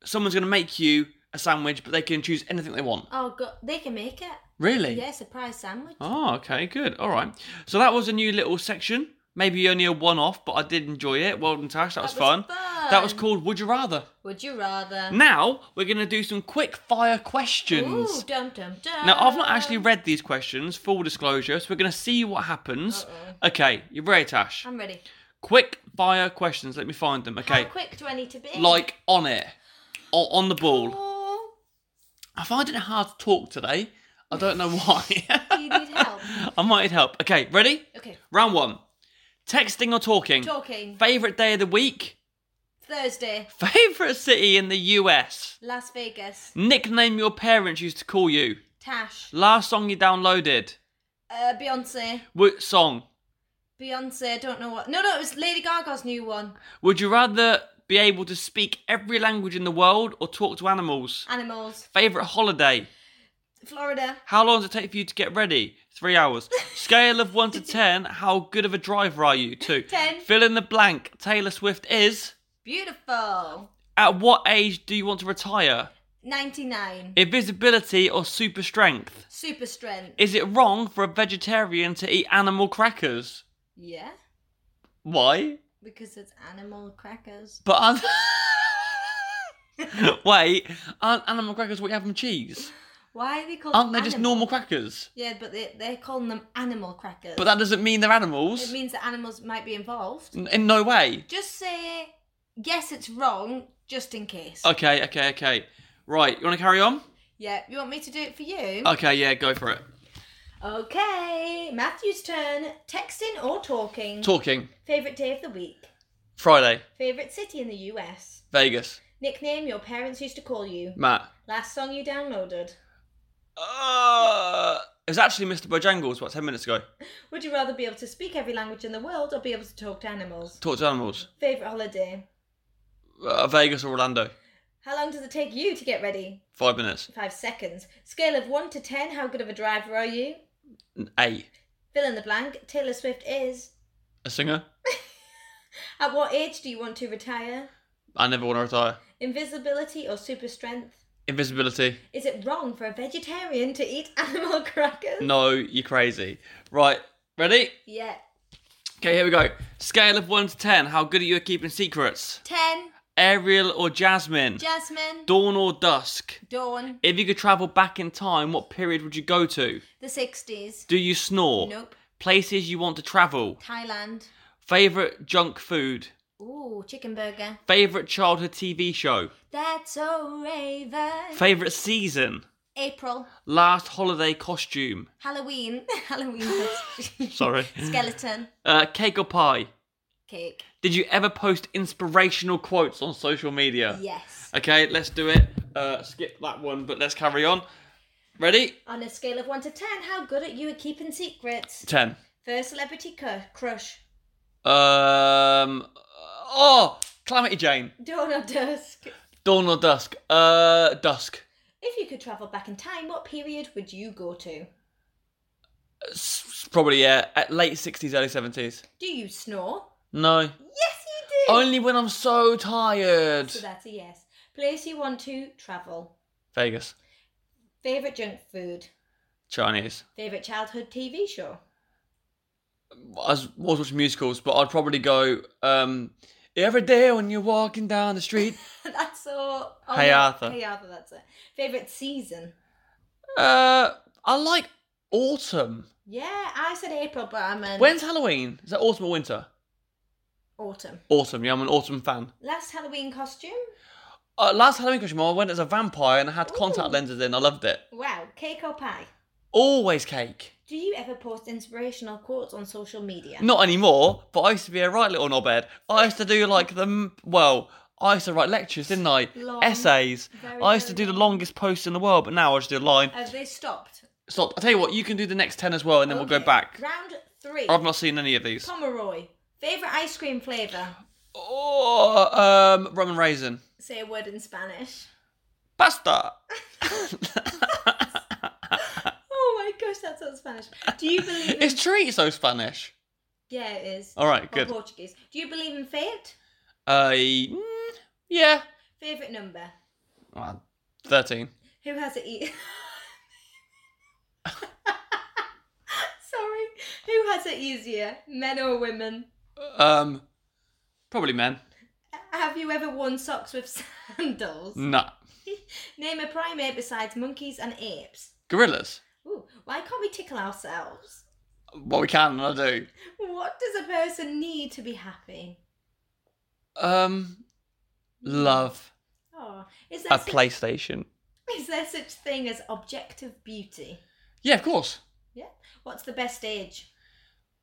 [SPEAKER 2] someone's gonna make you a sandwich, but they can choose anything they want.
[SPEAKER 3] Oh, go- they can make it.
[SPEAKER 2] Really? Ah,
[SPEAKER 3] Yeah, surprise sandwich.
[SPEAKER 2] Oh, okay, good. All right. So that was a new little section Maybe only a one off, but I did enjoy it. Well done, Tash. That, was, fun. That was called Would You Rather.
[SPEAKER 3] Would you rather?
[SPEAKER 2] Now we're going to do some quick fire questions.
[SPEAKER 3] Ooh, dum dum dum.
[SPEAKER 2] Now, I've not actually read these questions, full disclosure, so we're going to see what happens. Okay, you ready, Tash?
[SPEAKER 3] I'm ready.
[SPEAKER 2] Quick fire questions, let me find them. Okay,
[SPEAKER 3] How quick do I need to be?
[SPEAKER 2] like on it, or on the ball.
[SPEAKER 3] Oh,
[SPEAKER 2] I find it hard to talk today. I don't know why. *laughs*
[SPEAKER 3] you need help.
[SPEAKER 2] I might need help. Okay, ready?
[SPEAKER 3] Okay,
[SPEAKER 2] Round one texting or talking?
[SPEAKER 3] talking.
[SPEAKER 2] Favorite day of the week? *laughs*
[SPEAKER 3] Thursday,
[SPEAKER 2] Favorite city in the US?
[SPEAKER 3] Las Vegas.
[SPEAKER 2] Nickname your parents used to call you?
[SPEAKER 3] Tash,
[SPEAKER 2] Last song you downloaded?
[SPEAKER 3] uh, Beyonce,
[SPEAKER 2] What song?
[SPEAKER 3] Beyonce. Don't know what. No, no, it was Lady Gaga's new one.
[SPEAKER 2] Would you rather be able to speak every language in the world or talk to animals?
[SPEAKER 3] Animals,
[SPEAKER 2] Favorite holiday?
[SPEAKER 3] Florida.
[SPEAKER 2] How long does it take for you to get ready? Three hours. Scale of one to ten, how good of a driver are you? Two.
[SPEAKER 3] Ten.
[SPEAKER 2] Fill in the blank. Taylor Swift is.
[SPEAKER 3] Beautiful.
[SPEAKER 2] At what age do you want to retire?
[SPEAKER 3] 99.
[SPEAKER 2] Invisibility or super strength?
[SPEAKER 3] Super strength.
[SPEAKER 2] Is it wrong for a vegetarian to eat animal crackers?
[SPEAKER 3] Yeah,
[SPEAKER 2] Why?
[SPEAKER 3] because it's animal crackers.
[SPEAKER 2] But aren't- *laughs* wait, aren't animal crackers what you have from cheese?
[SPEAKER 3] Why are they called?
[SPEAKER 2] Aren't they just
[SPEAKER 3] animal?
[SPEAKER 2] normal crackers?
[SPEAKER 3] Yeah, but they they're calling them animal crackers.
[SPEAKER 2] But that Mm. doesn't mean they're
[SPEAKER 3] it
[SPEAKER 2] animals.
[SPEAKER 3] means that animals might be involved.
[SPEAKER 2] N- In no way.
[SPEAKER 3] Just say yes, it's wrong, just in case.
[SPEAKER 2] Okay, okay, okay. Right, you want to carry on?
[SPEAKER 3] Yeah, you want me to do it for you?
[SPEAKER 2] Okay, yeah, go for it.
[SPEAKER 3] Okay, Matthew's turn. Texting or talking?
[SPEAKER 2] Talking.
[SPEAKER 3] Favorite day of the week?
[SPEAKER 2] Friday,
[SPEAKER 3] Favorite city in the US?
[SPEAKER 2] Vegas.
[SPEAKER 3] Nickname your parents used to call you?
[SPEAKER 2] Matt.
[SPEAKER 3] Last song you downloaded?
[SPEAKER 2] Uh, it was actually Mr. Bojangles, what, 10 minutes ago?
[SPEAKER 3] Would you rather be able to speak every language in the world or be able to talk to animals?
[SPEAKER 2] Talk to animals.
[SPEAKER 3] Favorite holiday?
[SPEAKER 2] Uh, Vegas or Orlando?
[SPEAKER 3] How long does it take you to get ready?
[SPEAKER 2] Five minutes.
[SPEAKER 3] Five seconds. Scale of one to ten. How good of a driver are you?
[SPEAKER 2] An A.
[SPEAKER 3] Fill in the blank. Taylor Swift is.
[SPEAKER 2] A singer?
[SPEAKER 3] At what age do you want to retire?
[SPEAKER 2] I never want to retire.
[SPEAKER 3] Invisibility or super strength?
[SPEAKER 2] Invisibility.
[SPEAKER 3] Is it wrong for a vegetarian to eat *laughs* animal crackers?
[SPEAKER 2] No, you're crazy. Right, ready?
[SPEAKER 3] Yeah.
[SPEAKER 2] Okay, here we go. Scale of 1 to 10. How good are you at keeping secrets?
[SPEAKER 3] Ten.
[SPEAKER 2] Ariel or Jasmine?
[SPEAKER 3] Jasmine.
[SPEAKER 2] Dawn or dusk?
[SPEAKER 3] Dawn.
[SPEAKER 2] If you could travel back in time, what period would you go to?
[SPEAKER 3] The sixties.
[SPEAKER 2] Do you snore?
[SPEAKER 3] Nope.
[SPEAKER 2] Places you want to travel?
[SPEAKER 3] Thailand.
[SPEAKER 2] Favorite junk food?
[SPEAKER 3] Ooh, chicken burger.
[SPEAKER 2] Favorite childhood TV show?
[SPEAKER 3] That's so Raven.
[SPEAKER 2] Favorite season?
[SPEAKER 3] April.
[SPEAKER 2] Last holiday costume?
[SPEAKER 3] Halloween. *laughs* Halloween.
[SPEAKER 2] Sorry.
[SPEAKER 3] Skeleton.
[SPEAKER 2] *laughs* Uh, cake or pie?
[SPEAKER 3] Cake.
[SPEAKER 2] Did you ever post inspirational quotes on social media?
[SPEAKER 3] Yes.
[SPEAKER 2] Okay, let's do it. Uh, skip that one, but let's carry on. Ready?
[SPEAKER 3] On a scale of 1 to 10, how good are you at keeping secrets?
[SPEAKER 2] Ten.
[SPEAKER 3] First celebrity cu- crush.
[SPEAKER 2] Um. Oh, Calamity Jane.
[SPEAKER 3] Dawn or dusk?
[SPEAKER 2] Dawn or dusk? Uh, dusk.
[SPEAKER 3] If you could travel back in time, what period would you go to?
[SPEAKER 2] S- probably yeah. At late sixties, early seventies.
[SPEAKER 3] Do you snore?
[SPEAKER 2] No.
[SPEAKER 3] Yes, you do!
[SPEAKER 2] Only when I'm so tired.
[SPEAKER 3] So that's a yes. Place you want to travel.
[SPEAKER 2] Vegas.
[SPEAKER 3] Favourite junk food.
[SPEAKER 2] Chinese.
[SPEAKER 3] Favourite childhood TV show. *laughs*
[SPEAKER 2] I was, was watching musicals, but I'd probably go. Um, every day when you're walking down the street. *laughs*
[SPEAKER 3] that's all. oh,
[SPEAKER 2] Hey
[SPEAKER 3] no,
[SPEAKER 2] Arthur.
[SPEAKER 3] Hey Arthur, that's it. Favourite season.
[SPEAKER 2] Uh, I like autumn.
[SPEAKER 3] Yeah, I said April, but I'm an
[SPEAKER 2] When's Halloween? Is that autumn or winter?
[SPEAKER 3] autumn.
[SPEAKER 2] Autumn. Yeah, I'm an autumn fan.
[SPEAKER 3] Last Halloween costume.
[SPEAKER 2] Uh, last Halloween costume, I went as a vampire and I had contact
[SPEAKER 3] Ooh.
[SPEAKER 2] lenses in. I loved it.
[SPEAKER 3] Wow, cake or pie.
[SPEAKER 2] Always cake.
[SPEAKER 3] Do you ever post inspirational quotes on social media?
[SPEAKER 2] Not anymore, but I used to be a right little knobhead. I used to do like the m- well, I used to write lectures, didn't I?
[SPEAKER 3] Long.
[SPEAKER 2] Essays.
[SPEAKER 3] Very,
[SPEAKER 2] I used to
[SPEAKER 3] very
[SPEAKER 2] do the
[SPEAKER 3] long.
[SPEAKER 2] longest post in the world, but now I just do a line.
[SPEAKER 3] Have they stopped?
[SPEAKER 2] Stop. I tell you what, you can do the next ten as well, and then we'll go
[SPEAKER 3] Okay,
[SPEAKER 2] back.
[SPEAKER 3] Round three.
[SPEAKER 2] I've not seen any of these.
[SPEAKER 3] Pomeroy. Favorite ice cream flavor.
[SPEAKER 2] Oh, um, rum and raisin.
[SPEAKER 3] Say a word in Spanish. *laughs*
[SPEAKER 2] Pasta.
[SPEAKER 3] Oh my gosh, that's not Spanish. Do
[SPEAKER 2] *laughs*
[SPEAKER 3] you believe? In...
[SPEAKER 2] Is chorizo Spanish?
[SPEAKER 3] yeah, it is.
[SPEAKER 2] All right,
[SPEAKER 3] Or
[SPEAKER 2] good.
[SPEAKER 3] Portuguese. Do you believe in fate?
[SPEAKER 2] Uh, mm, yeah.
[SPEAKER 3] Favorite number.
[SPEAKER 2] Well, Thirteen.
[SPEAKER 3] Who has it eat? *laughs* Sorry. Who has it easier, men or women?
[SPEAKER 2] Um, probably men.
[SPEAKER 3] Have you ever worn socks with *laughs* sandals?
[SPEAKER 2] Nah.
[SPEAKER 3] Name a primate besides monkeys and apes.
[SPEAKER 2] Gorillas.
[SPEAKER 3] Ooh, why can't we tickle ourselves?
[SPEAKER 2] What we can and I do.
[SPEAKER 3] What does a person need to be happy?
[SPEAKER 2] Um, love.
[SPEAKER 3] Oh, is there
[SPEAKER 2] A
[SPEAKER 3] such-
[SPEAKER 2] PlayStation.
[SPEAKER 3] Is there such thing as objective beauty?
[SPEAKER 2] Yeah, of course.
[SPEAKER 3] Yeah. What's the best age?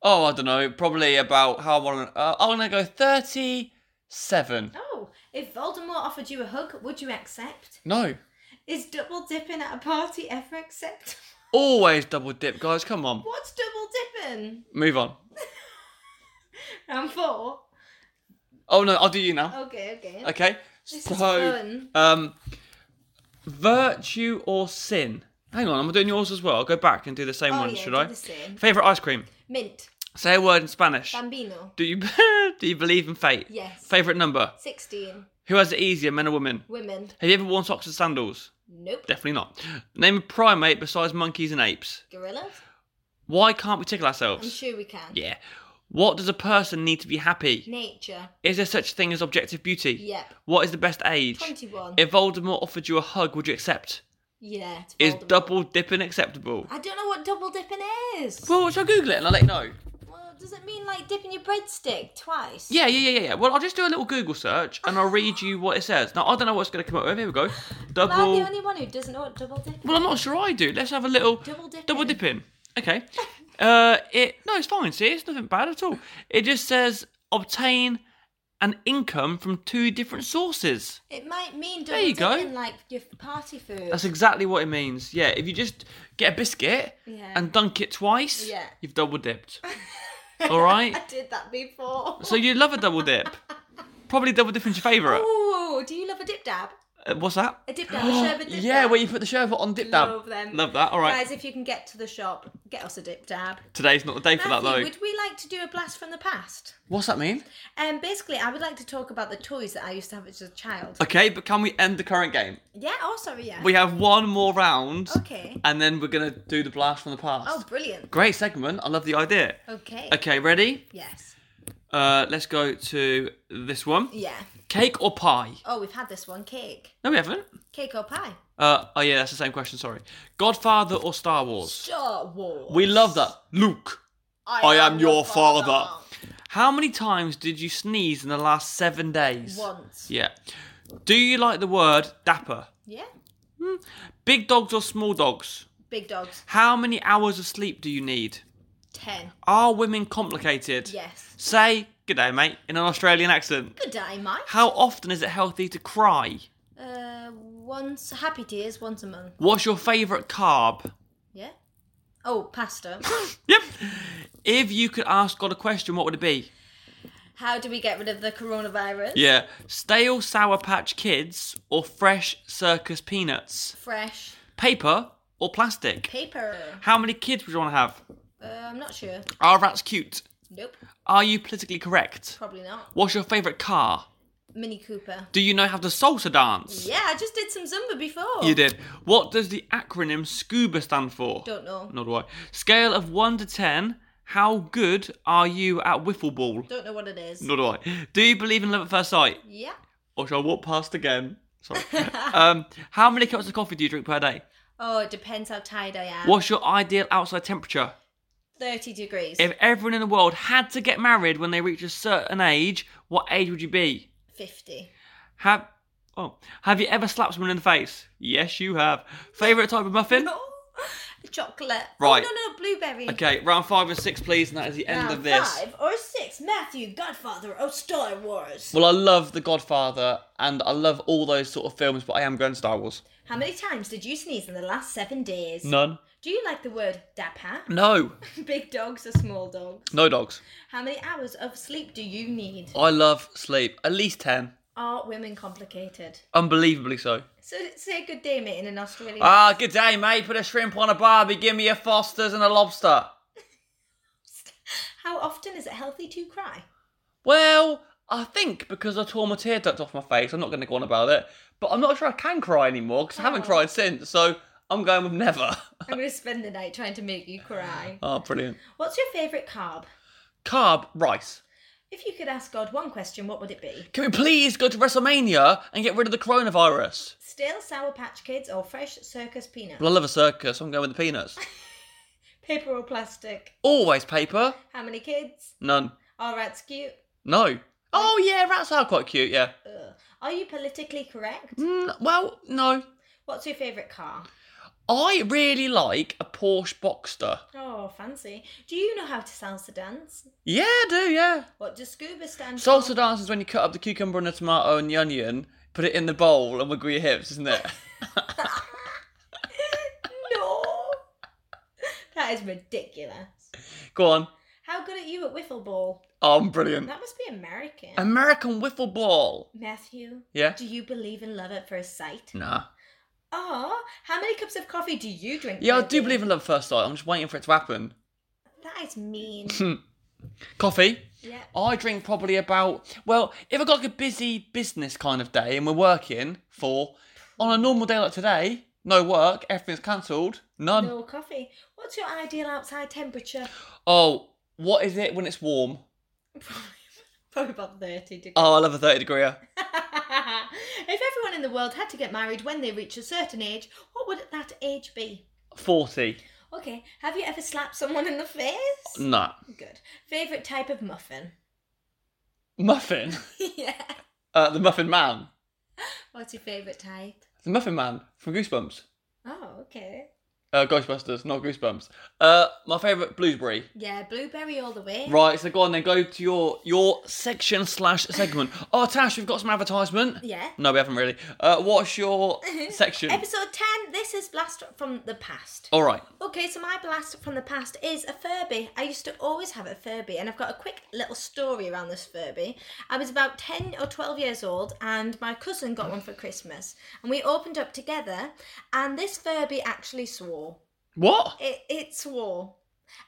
[SPEAKER 2] Oh, I don't know. Probably about how I want to. Uh, I'm gonna go thirty-seven.
[SPEAKER 3] Oh, if Voldemort offered you a hug, would you accept?
[SPEAKER 2] No,
[SPEAKER 3] Is double dipping at a party ever acceptable? *laughs*
[SPEAKER 2] always double dip, guys. Come on,
[SPEAKER 3] What's double dipping?
[SPEAKER 2] move on.
[SPEAKER 3] Round four.
[SPEAKER 2] Oh no, I'll do you now.
[SPEAKER 3] Okay, okay.
[SPEAKER 2] Okay.
[SPEAKER 3] This
[SPEAKER 2] so,
[SPEAKER 3] is fun.
[SPEAKER 2] um, virtue or sin? Hang on, I'm doing yours as well. I'll go back and do the same
[SPEAKER 3] Oh,
[SPEAKER 2] one,
[SPEAKER 3] yeah,
[SPEAKER 2] should
[SPEAKER 3] do
[SPEAKER 2] I?
[SPEAKER 3] the same.
[SPEAKER 2] Favorite ice cream?
[SPEAKER 3] Mint.
[SPEAKER 2] Say a word in Spanish.
[SPEAKER 3] Bambino.
[SPEAKER 2] Do you *laughs* do you believe in fate?
[SPEAKER 3] Yes.
[SPEAKER 2] Favorite number?
[SPEAKER 3] 16.
[SPEAKER 2] Who has it easier, men or women?
[SPEAKER 3] Women.
[SPEAKER 2] Have you ever worn socks and sandals?
[SPEAKER 3] Nope.
[SPEAKER 2] Definitely not. Name a primate besides monkeys and apes.
[SPEAKER 3] Gorillas?
[SPEAKER 2] Why can't we tickle
[SPEAKER 3] I'm
[SPEAKER 2] ourselves?
[SPEAKER 3] sure we can.
[SPEAKER 2] Yeah. What does a person need to be happy?
[SPEAKER 3] Nature.
[SPEAKER 2] Is there such thing as objective beauty?
[SPEAKER 3] Yep.
[SPEAKER 2] What is the best age?
[SPEAKER 3] 21.
[SPEAKER 2] If Voldemort offered you a hug, would you accept?
[SPEAKER 3] yeah. it's
[SPEAKER 2] Is
[SPEAKER 3] Voldemort.
[SPEAKER 2] double dipping acceptable?
[SPEAKER 3] I don't know what double dipping is.
[SPEAKER 2] Well, shall I Google it and I'll let you know?
[SPEAKER 3] Well, does it mean like dipping your breadstick twice?
[SPEAKER 2] Yeah, yeah, yeah, yeah, yeah. Well, I'll just do a little Google search and I'll read you what it says. Now, I don't know what's going to come up with. Here we go.
[SPEAKER 3] Am I
[SPEAKER 2] Double.
[SPEAKER 3] the only one who doesn't know what double dipping
[SPEAKER 2] Well, I'm not sure I do. Let's have a little
[SPEAKER 3] Double dipping.
[SPEAKER 2] double dipping. Okay. *laughs* Uh, it no, it's fine. See, it's nothing bad at all. It just says obtain an income from two different sources.
[SPEAKER 3] It might mean double
[SPEAKER 2] There you go.
[SPEAKER 3] dipping like your party food.
[SPEAKER 2] That's exactly what it means. Yeah, if you just get a biscuit
[SPEAKER 3] Yeah.
[SPEAKER 2] and dunk it twice,
[SPEAKER 3] Yeah.
[SPEAKER 2] you've double dipped.
[SPEAKER 3] *laughs*
[SPEAKER 2] All right.
[SPEAKER 3] I did that before.
[SPEAKER 2] So you love a double dip. Probably double dipping's your favourite.
[SPEAKER 3] *laughs* Oh. Ooh, do you love a dip dab?
[SPEAKER 2] Uh, what's that?
[SPEAKER 3] A dip
[SPEAKER 2] *gasps*
[SPEAKER 3] dab, a sherbet dip
[SPEAKER 2] yeah,
[SPEAKER 3] dab.
[SPEAKER 2] where you put the sherbet on dip dab.
[SPEAKER 3] Love them.
[SPEAKER 2] Love that. All right.
[SPEAKER 3] Guys, if you can get to the shop, get us a dip dab.
[SPEAKER 2] Today's not the day for that
[SPEAKER 3] Matthew,
[SPEAKER 2] though.
[SPEAKER 3] would we like to do a blast from the past?
[SPEAKER 2] What's that mean?
[SPEAKER 3] Um, basically, I would like to talk about the toys that I used to have as a child.
[SPEAKER 2] Okay, but can we end the current game?
[SPEAKER 3] Yeah, oh, sorry, yeah.
[SPEAKER 2] We have one more round.
[SPEAKER 3] Okay.
[SPEAKER 2] And then we're going to do the blast from the past.
[SPEAKER 3] Oh, brilliant.
[SPEAKER 2] Great segment. I love the idea.
[SPEAKER 3] Okay.
[SPEAKER 2] Okay, ready?
[SPEAKER 3] Yes.
[SPEAKER 2] Uh, let's go to this one.
[SPEAKER 3] Yeah.
[SPEAKER 2] Cake or pie?
[SPEAKER 3] Oh, we've had this one. Cake.
[SPEAKER 2] No, we haven't.
[SPEAKER 3] Cake or pie?
[SPEAKER 2] Uh, oh, yeah, that's the same question. Sorry. Godfather or Star Wars?
[SPEAKER 3] Star Wars.
[SPEAKER 2] We love that. Luke, I am your father. How many times did you sneeze in the last seven days?
[SPEAKER 3] Once.
[SPEAKER 2] Yeah. Do you like the word dapper?
[SPEAKER 3] Yeah.
[SPEAKER 2] Big dogs or small dogs?
[SPEAKER 3] Big dogs.
[SPEAKER 2] How many hours of sleep do you need?
[SPEAKER 3] Ten.
[SPEAKER 2] Are women complicated?
[SPEAKER 3] Yes.
[SPEAKER 2] Say good day, mate, in an Australian accent.
[SPEAKER 3] Good day, Mike.
[SPEAKER 2] How often is it healthy to cry?
[SPEAKER 3] Uh, once happy tears, once a month.
[SPEAKER 2] What's your favourite carb?
[SPEAKER 3] Yeah. Oh, pasta.
[SPEAKER 2] Yep. If you could ask God a question, what would it be?
[SPEAKER 3] How do we get rid of the coronavirus?
[SPEAKER 2] Yeah. Stale Sour Patch Kids or fresh circus peanuts?
[SPEAKER 3] Fresh
[SPEAKER 2] Paper or plastic?
[SPEAKER 3] paper.
[SPEAKER 2] How many kids would you want to have?
[SPEAKER 3] Uh, I'm not sure.
[SPEAKER 2] Are rats Oh, cute?
[SPEAKER 3] Nope.
[SPEAKER 2] Are you politically correct?
[SPEAKER 3] Probably not.
[SPEAKER 2] What's your favourite car?
[SPEAKER 3] Mini Cooper.
[SPEAKER 2] Do you know how to salsa dance?
[SPEAKER 3] Yeah, I just did some Zumba before.
[SPEAKER 2] You did. What does the acronym SCUBA stand for?
[SPEAKER 3] Don't know.
[SPEAKER 2] Nor do I. Scale of 1 to 10, how good are you at wiffle ball?
[SPEAKER 3] Don't know what it is.
[SPEAKER 2] Nor do I. Do you believe in love at first sight?
[SPEAKER 3] Yeah.
[SPEAKER 2] Or shall I walk past again?
[SPEAKER 3] *laughs*
[SPEAKER 2] Sorry. um, how many cups of coffee do you drink per day?
[SPEAKER 3] Oh, it depends how tired I am.
[SPEAKER 2] What's your ideal outside temperature?
[SPEAKER 3] 30 degrees.
[SPEAKER 2] If everyone in the world had to get married when they reach a certain age, what age would you be?
[SPEAKER 3] 50.
[SPEAKER 2] Have oh, have you ever slapped someone in the face? Yes, you have. Favorite type of
[SPEAKER 3] *laughs*
[SPEAKER 2] muffin?
[SPEAKER 3] Oh, Chocolate.
[SPEAKER 2] Right.
[SPEAKER 3] Oh, no, no, blueberry.
[SPEAKER 2] Okay, round five and six, please, and that is the end
[SPEAKER 3] Round
[SPEAKER 2] of this.
[SPEAKER 3] Five or six, Matthew, Godfather of Star Wars.
[SPEAKER 2] Well, I love The Godfather, and I love all those sort of films, but I am going Star Wars.
[SPEAKER 3] How many times did you sneeze in the last seven days?
[SPEAKER 2] None.
[SPEAKER 3] Do you like the word dapper? *laughs*
[SPEAKER 2] No.
[SPEAKER 3] Big dogs or small dogs?
[SPEAKER 2] No dogs.
[SPEAKER 3] How many hours of sleep do you need?
[SPEAKER 2] I love sleep. At least ten.
[SPEAKER 3] Are women complicated?
[SPEAKER 2] Unbelievably so.
[SPEAKER 3] So say good day, mate, in an Australian.
[SPEAKER 2] Ah, good day, mate. Put a shrimp on a barbie. Give me a Foster's and a lobster.
[SPEAKER 3] How often is it healthy to cry?
[SPEAKER 2] Well, I think because I tore my tear duct off my face, I'm not going to go on about it. But I'm not sure I can cry anymore because I haven't
[SPEAKER 3] Oh.
[SPEAKER 2] cried since. So I'm going with never. *laughs*
[SPEAKER 3] I'm going to spend the night trying to make you cry.
[SPEAKER 2] Oh, brilliant.
[SPEAKER 3] What's your favourite carb?
[SPEAKER 2] Carb rice.
[SPEAKER 3] If you could ask God one question, what would it be?
[SPEAKER 2] Can we please go to WrestleMania and get rid of the coronavirus?
[SPEAKER 3] Stale Sour Patch Kids or fresh circus peanut?
[SPEAKER 2] Well, I love a circus. I'm going with the peanuts.
[SPEAKER 3] Paper or plastic?
[SPEAKER 2] Always paper.
[SPEAKER 3] How many kids?
[SPEAKER 2] None.
[SPEAKER 3] Are rats cute?
[SPEAKER 2] No. Oh yeah, rats are quite cute. Yeah.
[SPEAKER 3] Ugh. Are you politically correct?
[SPEAKER 2] Mm, well, no.
[SPEAKER 3] What's your favourite car?
[SPEAKER 2] I really like a Porsche Boxster.
[SPEAKER 3] Oh, fancy. Do you know how to salsa dance?
[SPEAKER 2] Yeah, I do yeah.
[SPEAKER 3] What does scuba stand for? *laughs*
[SPEAKER 2] Salsa dance is when you cut up the cucumber and the tomato and the onion, put it in the bowl and wiggle your hips, isn't it?
[SPEAKER 3] no. That is ridiculous.
[SPEAKER 2] go on.
[SPEAKER 3] How good are you at wiffle ball?
[SPEAKER 2] Oh, I'm brilliant.
[SPEAKER 3] That must be American.
[SPEAKER 2] *laughs* American wiffle ball.
[SPEAKER 3] Matthew,
[SPEAKER 2] Yeah.
[SPEAKER 3] do you believe in love at first sight?
[SPEAKER 2] Nah.
[SPEAKER 3] Oh, how many cups of coffee do you drink?
[SPEAKER 2] Yeah, I
[SPEAKER 3] per
[SPEAKER 2] do
[SPEAKER 3] day?
[SPEAKER 2] believe in love at first sight. I'm just waiting for it to happen.
[SPEAKER 3] That is
[SPEAKER 2] *laughs*
[SPEAKER 3] mean.
[SPEAKER 2] Coffee.
[SPEAKER 3] yeah.
[SPEAKER 2] I drink probably about well, if I've got like a busy business kind of day and we're working for on a normal day like today, no work, everything's cancelled, none.
[SPEAKER 3] No coffee. What's your ideal outside temperature? *laughs*
[SPEAKER 2] Oh, what is it when it's warm?
[SPEAKER 3] Probably about 30 degrees.
[SPEAKER 2] Oh, I love a thirty degree.
[SPEAKER 3] *laughs* if everyone in the world had to get married when they reach a certain age, what would that age be?
[SPEAKER 2] Forty.
[SPEAKER 3] Okay, have you ever slapped someone in the face?
[SPEAKER 2] Nah.
[SPEAKER 3] Good. Favourite type of muffin? *laughs*
[SPEAKER 2] Muffin.
[SPEAKER 3] yeah.
[SPEAKER 2] Uh, the Muffin Man.
[SPEAKER 3] What's your favourite type?
[SPEAKER 2] The Muffin Man from Goosebumps.
[SPEAKER 3] Oh, okay.
[SPEAKER 2] Uh, Ghostbusters, not Goosebumps. Uh, my favourite blueberry.
[SPEAKER 3] Yeah, blueberry all the way.
[SPEAKER 2] Right, so go on then. Go to your your section slash segment. Oh, Tash, we've got some advertisement.
[SPEAKER 3] Yeah.
[SPEAKER 2] No, we haven't really. Uh, what's
[SPEAKER 3] *laughs*
[SPEAKER 2] your section?
[SPEAKER 3] Episode 10, this is Blast from the Past.
[SPEAKER 2] All right.
[SPEAKER 3] Okay, so my blast from the past is a Furby. I used to always have a Furby, and I've got a quick little story around this Furby. I was about 10 or 12 years old, and my cousin got one for Christmas, and we opened up together, and this Furby actually swore.
[SPEAKER 2] What?
[SPEAKER 3] It, it swore.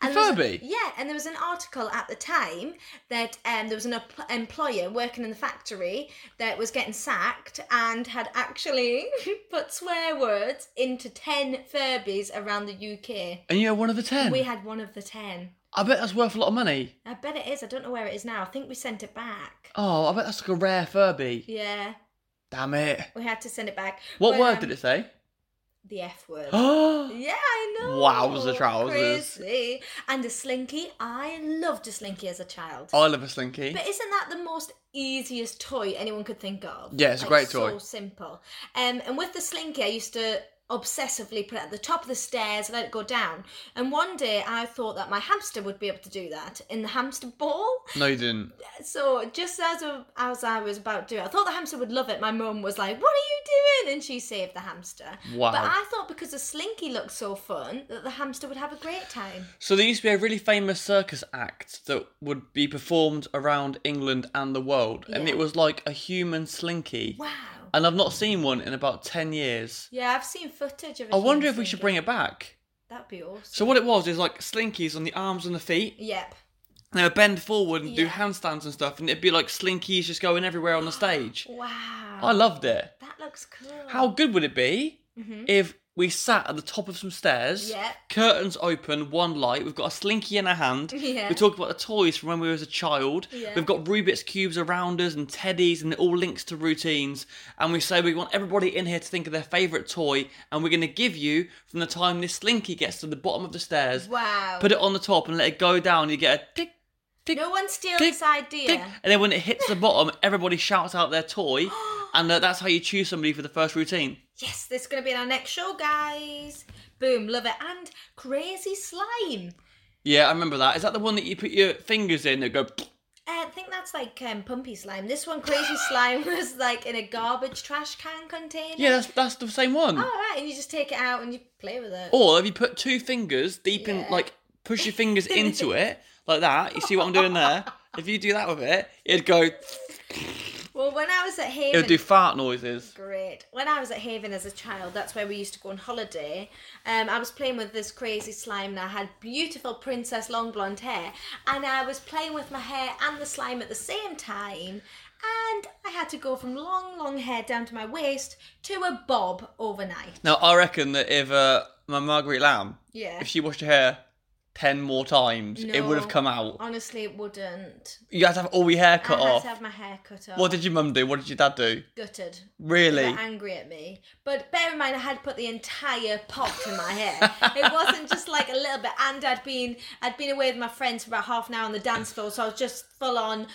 [SPEAKER 2] The
[SPEAKER 3] there was a-
[SPEAKER 2] Furby?
[SPEAKER 3] yeah, and there was an article at the time that um, there was an empl- employer working in the factory that was getting sacked and had actually *laughs* put swear words into 10 Furbies around the UK.
[SPEAKER 2] And you're one of the ten.
[SPEAKER 3] We had one of the 10.
[SPEAKER 2] I bet that's worth a lot of money.
[SPEAKER 3] I bet it is. I don't know where it is now. I think we sent it back.
[SPEAKER 2] Oh, I bet that's like a rare Furby.
[SPEAKER 3] Yeah,
[SPEAKER 2] Damn it.
[SPEAKER 3] we had to send it back.
[SPEAKER 2] What
[SPEAKER 3] But,
[SPEAKER 2] word
[SPEAKER 3] um,
[SPEAKER 2] did it say? *gasps*
[SPEAKER 3] The F word.
[SPEAKER 2] Oh.
[SPEAKER 3] Yeah, I know.
[SPEAKER 2] Wowza trousers.
[SPEAKER 3] Crazy. And a slinky. I loved a slinky as a child.
[SPEAKER 2] I love a slinky.
[SPEAKER 3] But isn't that the most easiest toy anyone could think of?
[SPEAKER 2] Yeah, it's a great toy.
[SPEAKER 3] So simple. Um, and with the slinky, I used to obsessively put it at the top of the stairs, let it go down. And one day, I thought that my hamster would be able to do that in the hamster ball.
[SPEAKER 2] No, you
[SPEAKER 3] *laughs*
[SPEAKER 2] didn't.
[SPEAKER 3] So just as a, as I was about to do it, I thought the hamster would love it. My mum was like, "What are you doing?" And she saved the hamster.
[SPEAKER 2] Wow.
[SPEAKER 3] But I thought because the slinky looked so fun that the hamster would have a great time.
[SPEAKER 2] So there used to be a really famous circus act that would be performed around England and the world, and
[SPEAKER 3] Yeah.
[SPEAKER 2] it was like a human slinky.
[SPEAKER 3] Wow.
[SPEAKER 2] And I've not seen one in about ten years.
[SPEAKER 3] Yeah, I've seen footage of it.
[SPEAKER 2] I wonder if we should bring it back.
[SPEAKER 3] That'd be awesome.
[SPEAKER 2] So what it was is like slinkies on the arms and the feet.
[SPEAKER 3] Yep.
[SPEAKER 2] And they would bend forward and do
[SPEAKER 3] Yeah.
[SPEAKER 2] handstands and stuff, and it'd be like slinkies just going everywhere
[SPEAKER 3] *gasps*
[SPEAKER 2] on the stage.
[SPEAKER 3] Wow.
[SPEAKER 2] I loved it.
[SPEAKER 3] that looks cool.
[SPEAKER 2] How good would it be if we sat at the top of some stairs,
[SPEAKER 3] Mm-hmm. Yeah.
[SPEAKER 2] curtains open, one light, we've got a slinky in our
[SPEAKER 3] *laughs*
[SPEAKER 2] hand.
[SPEAKER 3] Yeah.
[SPEAKER 2] We talked about the toys from when we was a child.
[SPEAKER 3] Yeah.
[SPEAKER 2] We've got Rubik's cubes around us and teddies and it all links to routines. And we say we want everybody in here to think of their favourite toy and we're gonna give you from the time this slinky gets to the bottom of the stairs.
[SPEAKER 3] Wow.
[SPEAKER 2] Put it on the top and let it go down, you get a tick
[SPEAKER 3] no one steal
[SPEAKER 2] Tick,
[SPEAKER 3] this idea.
[SPEAKER 2] Ding. And then when it hits
[SPEAKER 3] *laughs*
[SPEAKER 2] the bottom, everybody shouts out their
[SPEAKER 3] *gasps*
[SPEAKER 2] toy, and uh, that's how you choose somebody for the first routine.
[SPEAKER 3] Yes, this is going to be in our next show, guys. Boom, love it. And crazy slime.
[SPEAKER 2] Yeah, I remember that. Is that the one that you put your fingers in that go?
[SPEAKER 3] Uh, I think that's like um, pumpy slime. This one, crazy *laughs* slime, was like in a garbage trash can container.
[SPEAKER 2] Yeah, that's that's the same one.
[SPEAKER 3] All right, and you just take it out and you play with it.
[SPEAKER 2] Or if you put two fingers deep in,
[SPEAKER 3] Yeah.
[SPEAKER 2] like push your
[SPEAKER 3] *laughs*
[SPEAKER 2] fingers into it like that, you see what I'm doing there? If you do that with it, it'd go.
[SPEAKER 3] Well, when I was at Haven,
[SPEAKER 2] It'd do fart noises.
[SPEAKER 3] Great. When I was at Haven as a child, that's where we used to go on holiday. Um, I was playing with this crazy slime and I had beautiful princess long blonde hair. And I was playing with my hair and the slime at the same time. And I had to go from long, long hair down to my waist to a bob overnight.
[SPEAKER 2] Now, I reckon that if uh, my Marguerite Lamb,
[SPEAKER 3] Yeah.
[SPEAKER 2] if she washed her hair 10 more times, it would have
[SPEAKER 3] No.
[SPEAKER 2] come out.
[SPEAKER 3] Honestly, it wouldn't.
[SPEAKER 2] You had to have all your hair
[SPEAKER 3] I
[SPEAKER 2] cut
[SPEAKER 3] had
[SPEAKER 2] off.
[SPEAKER 3] to have my hair cut off.
[SPEAKER 2] What did your mum do? What did your dad do?
[SPEAKER 3] Gutted. They
[SPEAKER 2] Really?
[SPEAKER 3] were angry at me. But bear in mind, I had put the entire pot in my hair.
[SPEAKER 2] *laughs*
[SPEAKER 3] it wasn't just like a little bit. And I'd been I'd been away with my friends for about half an hour on the dance floor, so I was just full on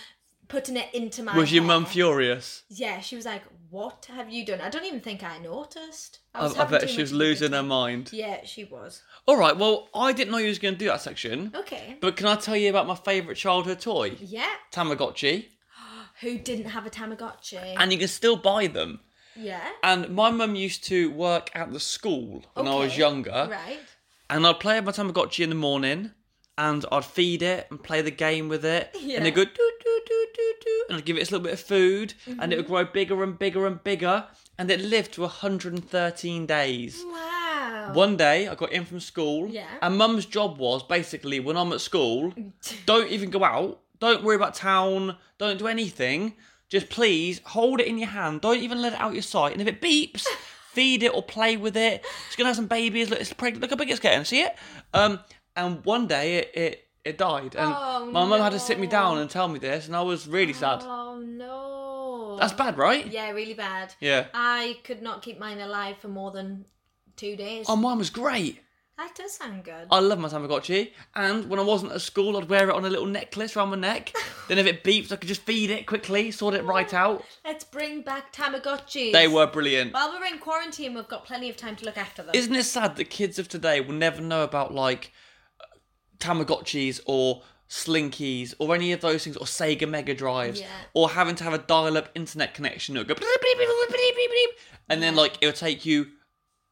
[SPEAKER 3] putting it into my.
[SPEAKER 2] Was your
[SPEAKER 3] hair.
[SPEAKER 2] mum furious?
[SPEAKER 3] Yeah, she was like, "What have you done?" I don't even think I noticed.
[SPEAKER 2] I, I
[SPEAKER 3] having
[SPEAKER 2] bet
[SPEAKER 3] too
[SPEAKER 2] she was
[SPEAKER 3] much of a good
[SPEAKER 2] losing her
[SPEAKER 3] time.
[SPEAKER 2] mind.
[SPEAKER 3] Yeah, she was.
[SPEAKER 2] All right, well, I didn't know you was going to do that section,
[SPEAKER 3] Okay.
[SPEAKER 2] but can I tell you about my favourite childhood toy?
[SPEAKER 3] Yeah.
[SPEAKER 2] Tamagotchi.
[SPEAKER 3] Who didn't have a Tamagotchi?
[SPEAKER 2] And you can still buy them.
[SPEAKER 3] yeah.
[SPEAKER 2] And my mum used to work at the school when I was
[SPEAKER 3] Okay.
[SPEAKER 2] younger.
[SPEAKER 3] Right.
[SPEAKER 2] And I'd play with my Tamagotchi in the morning and I'd feed it and play the game with it. And
[SPEAKER 3] Yeah.
[SPEAKER 2] it'd go doo doo doo doo doo. And I'd give it its little bit of food
[SPEAKER 3] Mm-hmm.
[SPEAKER 2] and it would grow bigger and bigger and bigger. And it lived to 113 days.
[SPEAKER 3] Wow.
[SPEAKER 2] One day I got in from school
[SPEAKER 3] Yeah.
[SPEAKER 2] and mum's job was basically when I'm at
[SPEAKER 3] *laughs*
[SPEAKER 2] school, don't even go out, don't worry about town, don't do anything. Just please hold it in your hand. Don't even let it out your sight. And if it
[SPEAKER 3] *laughs*
[SPEAKER 2] beeps, feed it or play with it. It's gonna have some babies. Look, it's pregnant. Look how big it's getting. See it? Um, and one day it it, it died. And
[SPEAKER 3] Oh,
[SPEAKER 2] my mum had to sit me
[SPEAKER 3] no.
[SPEAKER 2] down and tell me this, and I was really sad.
[SPEAKER 3] Oh no.
[SPEAKER 2] That's bad, right?
[SPEAKER 3] Yeah, really bad.
[SPEAKER 2] Yeah.
[SPEAKER 3] I could not keep mine alive for more than two days.
[SPEAKER 2] Oh, mine was great.
[SPEAKER 3] that does sound good.
[SPEAKER 2] I love my Tamagotchi, and when I wasn't at school, I'd wear it on a little necklace around my neck. then if it beeps, I could just feed it quickly, sort it right out.
[SPEAKER 3] Let's bring back Tamagotchis.
[SPEAKER 2] They were brilliant.
[SPEAKER 3] While we're in quarantine, we've got plenty of time to look after them.
[SPEAKER 2] Isn't it sad that kids of today will never know about like uh, Tamagotchis or Slinkies or any of those things or Sega Mega Drives
[SPEAKER 3] Yeah.
[SPEAKER 2] or having to have a dial-up internet connection that would go bleep, bleep, bleep, bleep, bleep, bleep, bleep, and then like it'll take you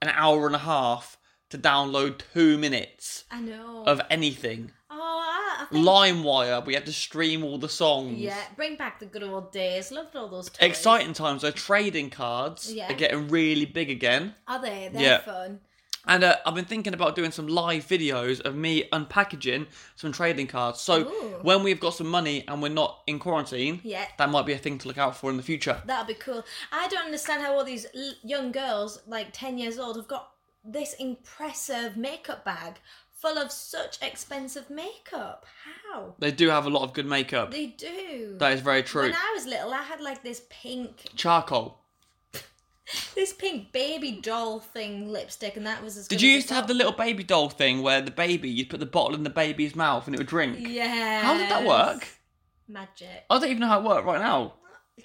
[SPEAKER 2] an hour and a half to download two minutes
[SPEAKER 3] I know.
[SPEAKER 2] of anything.
[SPEAKER 3] oh, I, I think.
[SPEAKER 2] LimeWire, we had to stream all the songs.
[SPEAKER 3] yeah, bring back the good old days. Loved all those toys.
[SPEAKER 2] Exciting times. Though trading cards
[SPEAKER 3] Yeah.
[SPEAKER 2] are getting really big again.
[SPEAKER 3] Are they? They're
[SPEAKER 2] Yeah.
[SPEAKER 3] fun.
[SPEAKER 2] And uh, I've been thinking about doing some live videos of me unpackaging some trading cards. So
[SPEAKER 3] Ooh.
[SPEAKER 2] when we've got some money and we're not in quarantine,
[SPEAKER 3] Yeah.
[SPEAKER 2] that might be a thing to look out for in the future.
[SPEAKER 3] That'd be cool. I don't understand how all these l- young girls, like 10 years old, have got this impressive makeup bag full of such expensive makeup. How?
[SPEAKER 2] They do have a lot of good makeup.
[SPEAKER 3] They do.
[SPEAKER 2] that is very true.
[SPEAKER 3] When I was little, I had like this pink,
[SPEAKER 2] Charcoal.
[SPEAKER 3] this pink baby doll thing lipstick, and that was as.
[SPEAKER 2] Did
[SPEAKER 3] good
[SPEAKER 2] you
[SPEAKER 3] as
[SPEAKER 2] used
[SPEAKER 3] it
[SPEAKER 2] to have
[SPEAKER 3] got.
[SPEAKER 2] the little baby doll thing where the baby, you'd put the bottle in the baby's mouth and it would drink?
[SPEAKER 3] Yeah.
[SPEAKER 2] How did that work?
[SPEAKER 3] Magic.
[SPEAKER 2] I don't even know how it worked right now.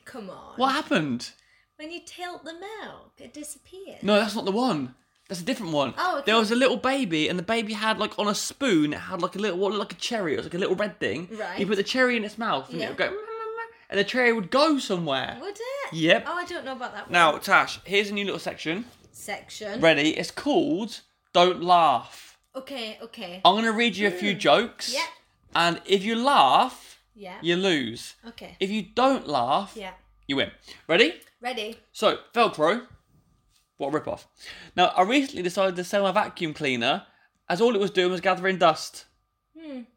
[SPEAKER 3] Come on.
[SPEAKER 2] What happened?
[SPEAKER 3] When you tilt the milk, it disappears.
[SPEAKER 2] No, that's not the one. That's a different one.
[SPEAKER 3] Oh, okay.
[SPEAKER 2] There was a little baby, and the baby had like on a spoon. It had like a little, what looked like a cherry. It was like a little red thing.
[SPEAKER 3] Right.
[SPEAKER 2] You put the cherry in its mouth, and
[SPEAKER 3] Yeah.
[SPEAKER 2] it would go, "Mm, mm, mm," and the cherry would go somewhere.
[SPEAKER 3] Would it?
[SPEAKER 2] Yep.
[SPEAKER 3] Oh, I don't know about that.
[SPEAKER 2] Now,
[SPEAKER 3] one.
[SPEAKER 2] Tash, here's a new little section.
[SPEAKER 3] section.
[SPEAKER 2] Ready? It's called "Don't Laugh."
[SPEAKER 3] Okay. Okay.
[SPEAKER 2] I'm gonna read you a few jokes.
[SPEAKER 3] Mm. Yeah.
[SPEAKER 2] And if you laugh,
[SPEAKER 3] Yeah.
[SPEAKER 2] you lose.
[SPEAKER 3] Okay.
[SPEAKER 2] If you don't laugh,
[SPEAKER 3] Yeah.
[SPEAKER 2] you win. Ready?
[SPEAKER 3] Ready?
[SPEAKER 2] So, Velcro. What a rip-off. Now, I recently decided to sell my vacuum cleaner as all it was doing was gathering dust.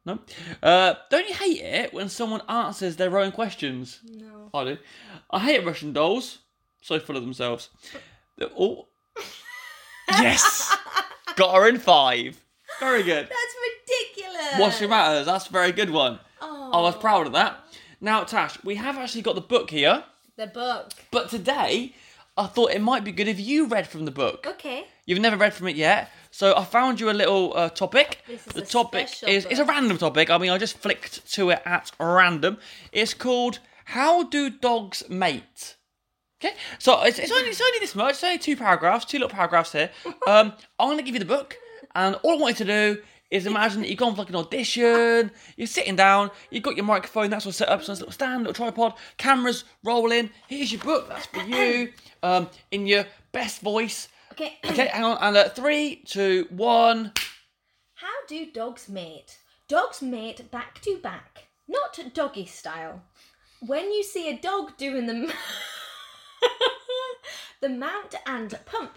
[SPEAKER 2] No? Uh, don't you hate it when someone answers their own questions?
[SPEAKER 3] No.
[SPEAKER 2] I do. I hate Russian dolls. So full of themselves. They're all... yes! Got her in five. Very good.
[SPEAKER 3] That's ridiculous.
[SPEAKER 2] What's your matters? That's a very good one.
[SPEAKER 3] Oh,
[SPEAKER 2] I was proud of that. Now, Tash, we have actually got the book here,
[SPEAKER 3] the book.
[SPEAKER 2] but today I thought it might be good if you read from the book.
[SPEAKER 3] Okay.
[SPEAKER 2] You've never read from it yet, so I found you a little uh, topic.
[SPEAKER 3] This is
[SPEAKER 2] the
[SPEAKER 3] a
[SPEAKER 2] topic
[SPEAKER 3] special
[SPEAKER 2] is it's a
[SPEAKER 3] book.
[SPEAKER 2] random topic. I mean, I just flicked to it at random. It's called "How Do Dogs Mate." Okay, so it's, it's only it's only this much. It's only two paragraphs, two little paragraphs
[SPEAKER 3] *laughs*
[SPEAKER 2] here. Um, I'm gonna give you the book, and all I want you to do is imagine that you've gone for like an audition. You're sitting down. You've got your microphone. That's all set up. So it's a little stand, little tripod, cameras rolling. Here's your book. That's for
[SPEAKER 3] *coughs*
[SPEAKER 2] you. Um, in your best voice.
[SPEAKER 3] Okay. *clears throat*
[SPEAKER 2] Okay, hang on. And uh, three, two, one.
[SPEAKER 3] How do dogs mate? Dogs mate back to back, not doggy style. When you see *laughs* a dog doing the m- the mount and pump,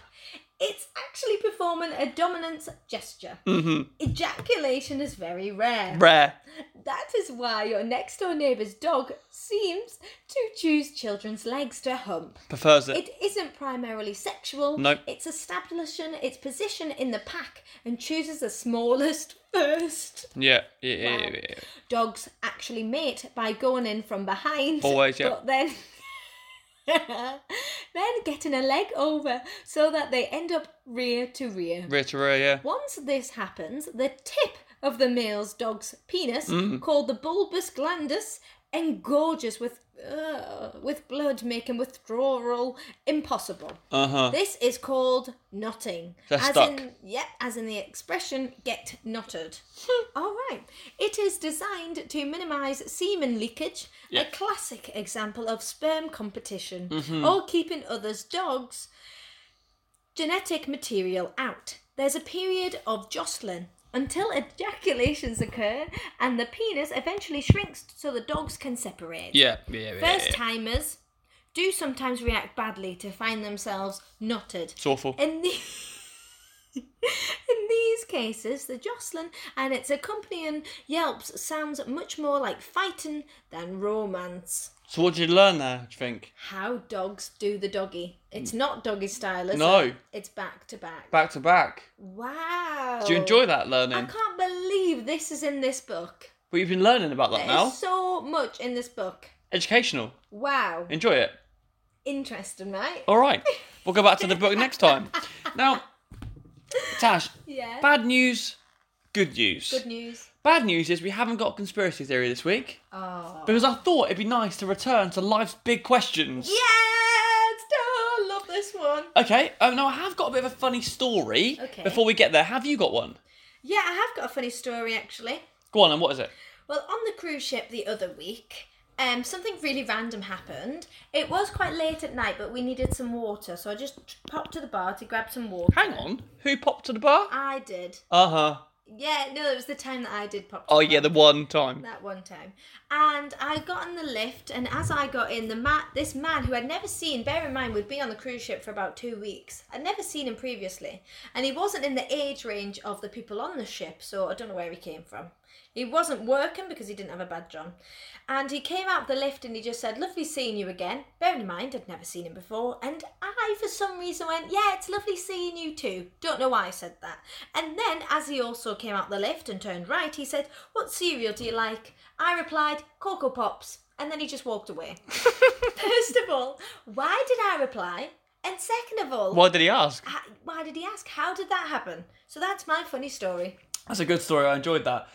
[SPEAKER 3] It's actually performing a dominance gesture.
[SPEAKER 2] Mm-hmm.
[SPEAKER 3] Ejaculation is very rare.
[SPEAKER 2] Rare.
[SPEAKER 3] That is why your next door neighbour's dog seems to choose children's legs to hump.
[SPEAKER 2] Prefers it.
[SPEAKER 3] It isn't primarily sexual.
[SPEAKER 2] No.
[SPEAKER 3] It's establishing its position in the pack and chooses the smallest *laughs* first.
[SPEAKER 2] Yeah. Yeah, yeah, yeah,
[SPEAKER 3] Wow.
[SPEAKER 2] yeah.
[SPEAKER 3] Dogs actually mate by going in from behind.
[SPEAKER 2] Always, yeah.
[SPEAKER 3] But then. *laughs* then getting a leg over so that they end up rear to rear.
[SPEAKER 2] Rear to rear, yeah.
[SPEAKER 3] Once this happens, the tip of the male's dog's penis,
[SPEAKER 2] Mm.
[SPEAKER 3] called the bulbous glandus, engorges with uh, with blood, making withdrawal impossible.
[SPEAKER 2] Uh huh.
[SPEAKER 3] This is called knotting.
[SPEAKER 2] They're
[SPEAKER 3] as
[SPEAKER 2] stuck.
[SPEAKER 3] in yep, as in the expression get knotted.
[SPEAKER 2] Hmm.
[SPEAKER 3] All right. It is designed to minimize semen leakage,
[SPEAKER 2] Yeah. Mm-hmm.
[SPEAKER 3] a classic example of sperm competition or keeping others' dogs genetic material out. There's a period of jostling until ejaculations occur and the penis eventually shrinks so the dogs can separate.
[SPEAKER 2] Yeah. Yeah, yeah, yeah.
[SPEAKER 3] First
[SPEAKER 2] yeah.
[SPEAKER 3] timers do sometimes react badly to find themselves knotted.
[SPEAKER 2] It's awful.
[SPEAKER 3] In, the- *laughs* in these cases, the jostling and its accompanying yelps sounds much more like fighting than romance.
[SPEAKER 2] So what did you learn there, do you think?
[SPEAKER 3] How dogs do the doggy. It's not doggy style, is
[SPEAKER 2] Mm. No.
[SPEAKER 3] it? It's back to back.
[SPEAKER 2] Back to back.
[SPEAKER 3] Wow.
[SPEAKER 2] Do you enjoy that
[SPEAKER 3] Oh. I
[SPEAKER 2] learning?
[SPEAKER 3] can't believe this is in this book.
[SPEAKER 2] What you've been learning about that now?
[SPEAKER 3] There's so much in this book.
[SPEAKER 2] Educational.
[SPEAKER 3] Wow.
[SPEAKER 2] Enjoy it.
[SPEAKER 3] Interesting, right?
[SPEAKER 2] All right. We'll go back to the book next time. Now, Tash,
[SPEAKER 3] Yeah.
[SPEAKER 2] bad news, good news.
[SPEAKER 3] Good news.
[SPEAKER 2] Bad news is we haven't got a conspiracy theory this week
[SPEAKER 3] Oh.
[SPEAKER 2] because I thought it'd be nice to return to life's big questions.
[SPEAKER 3] Yes! Oh, love this one.
[SPEAKER 2] Okay. Oh no, I have got a bit of a funny story.
[SPEAKER 3] Okay.
[SPEAKER 2] Before we get there, have you got one?
[SPEAKER 3] Yeah, I have got a funny story actually.
[SPEAKER 2] Go on, and what is it?
[SPEAKER 3] Well, on the cruise ship the other week, um, something really random happened. It was quite late at night, but we needed some water, so I just popped to the bar to grab some water.
[SPEAKER 2] Hang on. Who popped to the bar?
[SPEAKER 3] I did.
[SPEAKER 2] Uh huh.
[SPEAKER 3] Yeah, no, it was the time that I did pop. To
[SPEAKER 2] Oh
[SPEAKER 3] the bar.
[SPEAKER 2] yeah, the one time.
[SPEAKER 3] that one time. And I got on the lift, and as I got in, the ma- this man who I'd never seen, bear in mind, we'd been on the cruise ship for about two weeks. I'd never seen him previously, and he wasn't in the age range of the people on the ship, so I don't know where he came from. He wasn't working because he didn't have a badge on. And he came out of the lift and he just said, Lovely seeing you again. Bear in mind, I'd never seen him before. And I, for some reason, went, Yeah, it's lovely seeing you too. Don't know why I said that. And then, as he also came out the lift and turned right, he said, What cereal do you like? I replied, Cocoa Pops. And then he just walked away. First of all, why did I reply? And second of all,
[SPEAKER 2] Why did he ask?
[SPEAKER 3] h- why did he ask? How did that happen? So that's my funny story. *laughs*
[SPEAKER 2] That's a good story. I enjoyed that.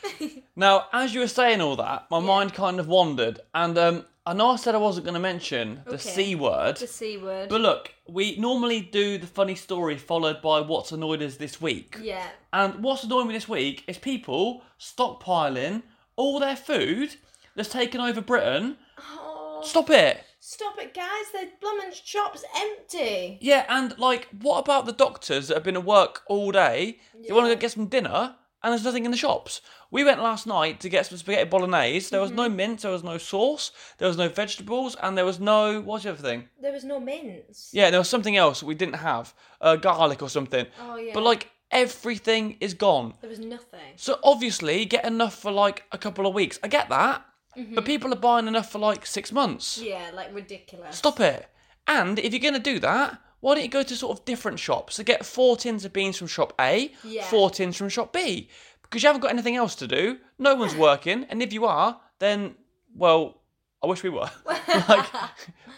[SPEAKER 2] now, as you were saying all that, my mind kind of wandered, and um, I know I said I wasn't going to mention the
[SPEAKER 3] Okay.
[SPEAKER 2] c word,
[SPEAKER 3] The C word.
[SPEAKER 2] but look, we normally do the funny story followed by what's annoyed us this week.
[SPEAKER 3] yeah.
[SPEAKER 2] And what's annoying me this week is people stockpiling all their food that's taken over Britain.
[SPEAKER 3] Oh.
[SPEAKER 2] Stop it.
[SPEAKER 3] Stop it, guys! The bloomin' shop's empty.
[SPEAKER 2] Yeah, and like, what about the doctors that have been at work all day? They want to
[SPEAKER 3] Yeah.
[SPEAKER 2] go get some dinner, and there's nothing in the shops. We went last night to get some spaghetti bolognese. There was no mince, there was no sauce, there was no vegetables, and there was no what's the other thing?
[SPEAKER 3] There was no mints.
[SPEAKER 2] Yeah, there was something else we didn't have, uh, garlic or something.
[SPEAKER 3] Oh yeah.
[SPEAKER 2] But like, everything is gone.
[SPEAKER 3] there was nothing.
[SPEAKER 2] So obviously, get enough for like a couple of weeks. I get that, but people are buying enough for like six months.
[SPEAKER 3] Yeah, like ridiculous.
[SPEAKER 2] Stop it. And if you're going to do that, why don't you go to sort of different shops? So get four tins of beans from shop A,
[SPEAKER 3] Yeah.
[SPEAKER 2] four tins from shop B, because you haven't got anything else to do. No one's working, and if you are, then well, I wish we were. *laughs* like,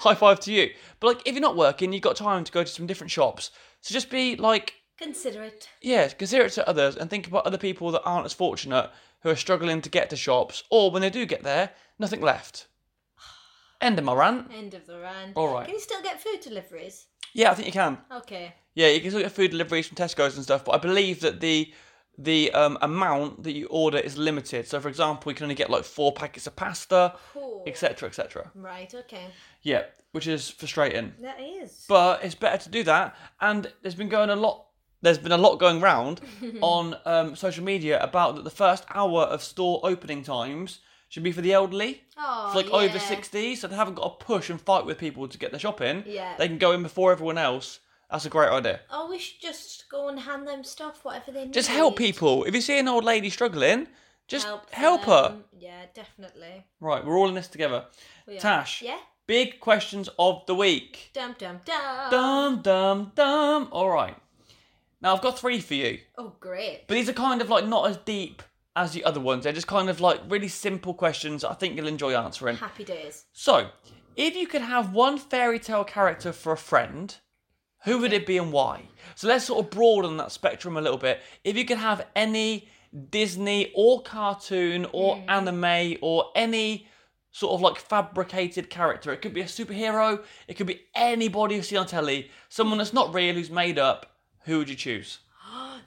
[SPEAKER 2] high five to you. But like, if you're not working, you've got time to go to some different shops. So just be like,
[SPEAKER 3] Consider it.
[SPEAKER 2] yeah, consider it to others, and think about other people that aren't as fortunate who are struggling to get to shops, or when they do get there, nothing left. End of my rant.
[SPEAKER 3] End of the rant.
[SPEAKER 2] All right.
[SPEAKER 3] Can you still get food deliveries?
[SPEAKER 2] Yeah, I think you can.
[SPEAKER 3] Okay.
[SPEAKER 2] Yeah, you can still get food deliveries from Tesco's and stuff, but I believe that the the um, amount that you order is limited. So, for example, you can only get like four packets of pasta,
[SPEAKER 3] Cool.
[SPEAKER 2] etc., etc.
[SPEAKER 3] Right. Okay.
[SPEAKER 2] Yeah, which is frustrating,
[SPEAKER 3] That is.
[SPEAKER 2] but it's better to do that. And there's been going a lot. There's been a lot going
[SPEAKER 3] *laughs*
[SPEAKER 2] round on um, social media about that the first hour of store opening times should be for the elderly.
[SPEAKER 3] oh,
[SPEAKER 2] It's like
[SPEAKER 3] yeah.
[SPEAKER 2] over 60, so they haven't got to push and fight with people to get their shopping.
[SPEAKER 3] Yeah.
[SPEAKER 2] They can go in before everyone else That's a great idea.
[SPEAKER 3] Oh, we should just go and hand them stuff, whatever they need.
[SPEAKER 2] Just help people. If you see an old lady struggling, just help, her.
[SPEAKER 3] them. Yeah, definitely.
[SPEAKER 2] Right, we're all in this together.
[SPEAKER 3] We are.
[SPEAKER 2] Tash.
[SPEAKER 3] Yeah.
[SPEAKER 2] Big questions of the week.
[SPEAKER 3] Dum dum dum.
[SPEAKER 2] Dum dum dum. All right. Now I've got three for you,
[SPEAKER 3] Oh, great.
[SPEAKER 2] but these are kind of like not as deep as the other ones. They're just kind of like really simple questions. I think you'll enjoy answering.
[SPEAKER 3] Happy days. *gasps*
[SPEAKER 2] So, if you could have one fairy tale character for a friend, who would it be and why? So let's sort of broaden that spectrum a little bit. If you could have any Disney or cartoon or
[SPEAKER 3] Hmm.
[SPEAKER 2] anime or any sort of like fabricated character, it could be a superhero, it could be anybody you see on telly, someone that's not real who's made up, who would you choose?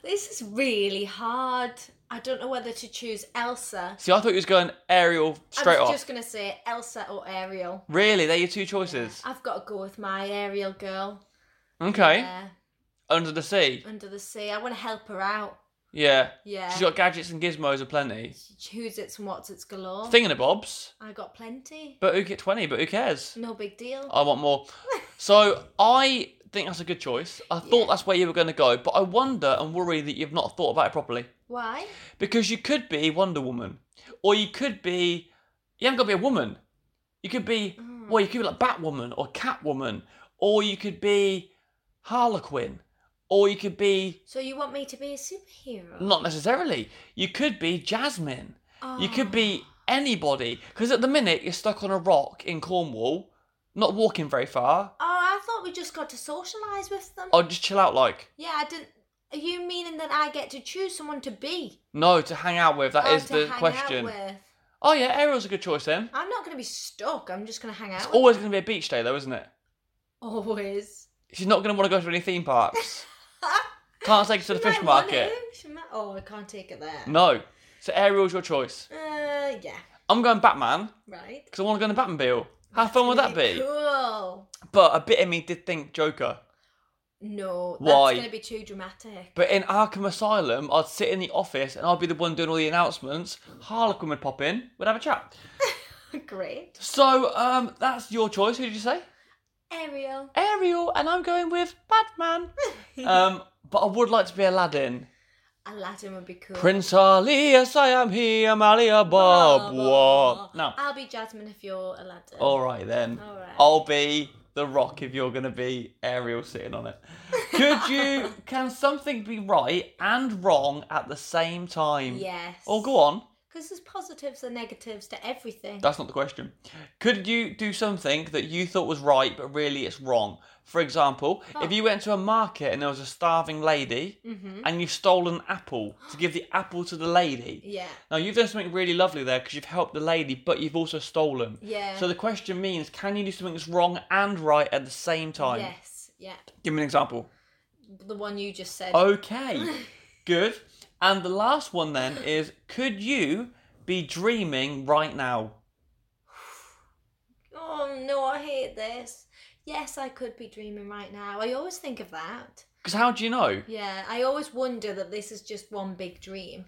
[SPEAKER 3] This is really hard. I don't know whether to choose Elsa.
[SPEAKER 2] See, I thought you was going Ariel straight
[SPEAKER 3] I was
[SPEAKER 2] off.
[SPEAKER 3] just gonna say Elsa or Ariel.
[SPEAKER 2] Really, they're your two choices.
[SPEAKER 3] I've got to go with my Ariel girl.
[SPEAKER 2] Okay,
[SPEAKER 3] Yeah,
[SPEAKER 2] under the sea.
[SPEAKER 3] under the sea. I want to help her out.
[SPEAKER 2] Yeah.
[SPEAKER 3] Yeah.
[SPEAKER 2] She's got gadgets and gizmos aplenty.
[SPEAKER 3] Who's it's and what's it's galore.
[SPEAKER 2] Thingamabobs.
[SPEAKER 3] I got plenty.
[SPEAKER 2] But who get 20? But who cares?
[SPEAKER 3] No big deal.
[SPEAKER 2] I want more. So I think that's a good choice. I thought that's where you were going to go, but I wonder and worry that you've not thought about it properly.
[SPEAKER 3] Why?
[SPEAKER 2] Because you could be Wonder Woman, or you could be. You haven't got to be a woman. You could be. Well, you could be like Batwoman or Catwoman, or you could be Harlequin, or you could be.
[SPEAKER 3] So you want me to be a superhero?
[SPEAKER 2] Not necessarily. You could be Jasmine. You
[SPEAKER 3] Oh.
[SPEAKER 2] could be anybody. Because at the minute, you're stuck on a rock in Cornwall, not walking very far,
[SPEAKER 3] Oh, I thought we just got to socialise with them.
[SPEAKER 2] or just chill out like.
[SPEAKER 3] Yeah, I didn't. Are you meaning that I get to choose someone to be?
[SPEAKER 2] No, to hang out with. That
[SPEAKER 3] or
[SPEAKER 2] is
[SPEAKER 3] Oh, to
[SPEAKER 2] the
[SPEAKER 3] hang
[SPEAKER 2] question.
[SPEAKER 3] Out with?
[SPEAKER 2] Oh, yeah, Ariel's a good choice then.
[SPEAKER 3] I'm not going to be stuck. I'm just going to hang out.
[SPEAKER 2] It's
[SPEAKER 3] with
[SPEAKER 2] always going to be a beach day, though, isn't it?
[SPEAKER 3] Always.
[SPEAKER 2] She's not going to want to go to any theme
[SPEAKER 3] *laughs*
[SPEAKER 2] parks. Can't take her to the
[SPEAKER 3] She might
[SPEAKER 2] fish
[SPEAKER 3] want
[SPEAKER 2] market.
[SPEAKER 3] it. She might- Oh, I can't take it there.
[SPEAKER 2] No. So Ariel's your choice.
[SPEAKER 3] Uh, yeah.
[SPEAKER 2] I'm going Batman
[SPEAKER 3] Right.
[SPEAKER 2] because I want to go in the Batmobile. How fun would that be?
[SPEAKER 3] Cool.
[SPEAKER 2] But a bit of me did think Joker.
[SPEAKER 3] No, that's
[SPEAKER 2] Why?
[SPEAKER 3] going to be too dramatic. *laughs*
[SPEAKER 2] But in Arkham Asylum, I'd sit in the office and I'd be the one doing all the announcements. Harlequin would pop in, we'd have a chat.
[SPEAKER 3] Great.
[SPEAKER 2] So um, that's your choice. Who did you say?
[SPEAKER 3] Ariel.
[SPEAKER 2] Ariel, and I'm going with
[SPEAKER 3] *laughs*
[SPEAKER 2] Batman. um, but I would like to be Aladdin.
[SPEAKER 3] Aladdin would be cool.
[SPEAKER 2] Prince Ali, yes, I am here, Malia
[SPEAKER 3] Blah, blah,
[SPEAKER 2] Babwa.
[SPEAKER 3] blah.
[SPEAKER 2] No. Oh.
[SPEAKER 3] I'll be Jasmine if you're Aladdin.
[SPEAKER 2] All right then.
[SPEAKER 3] All right.
[SPEAKER 2] I'll be the rock if you're going to be Ariel sitting
[SPEAKER 3] *laughs*
[SPEAKER 2] on it. Could you? Can something be right and wrong at the same time?
[SPEAKER 3] Yes.
[SPEAKER 2] Oh, go on.
[SPEAKER 3] Because there's positives and negatives to everything.
[SPEAKER 2] That's not the question. Could you do something that you thought was right but really it's wrong? For example,
[SPEAKER 3] Oh.
[SPEAKER 2] if you went to a market and there was a starving lady
[SPEAKER 3] Mm-hmm.
[SPEAKER 2] and you stole an apple to give the apple to the lady.
[SPEAKER 3] *gasps* yeah.
[SPEAKER 2] Now you've done something really lovely there because you've helped the lady but you've also stolen.
[SPEAKER 3] Yeah.
[SPEAKER 2] So the question means can you do something that's wrong and right at the same time?
[SPEAKER 3] Yes. Yeah.
[SPEAKER 2] Give me an example.
[SPEAKER 3] The one you just said.
[SPEAKER 2] Oh.
[SPEAKER 3] *laughs*
[SPEAKER 2] Okay. Good. And the last one then is could you be dreaming right now?
[SPEAKER 3] Oh no, I hate this. Yes, I could be dreaming right now. I always think of that.
[SPEAKER 2] Because how do you know?
[SPEAKER 3] Yeah, I always wonder that this is just one big dream.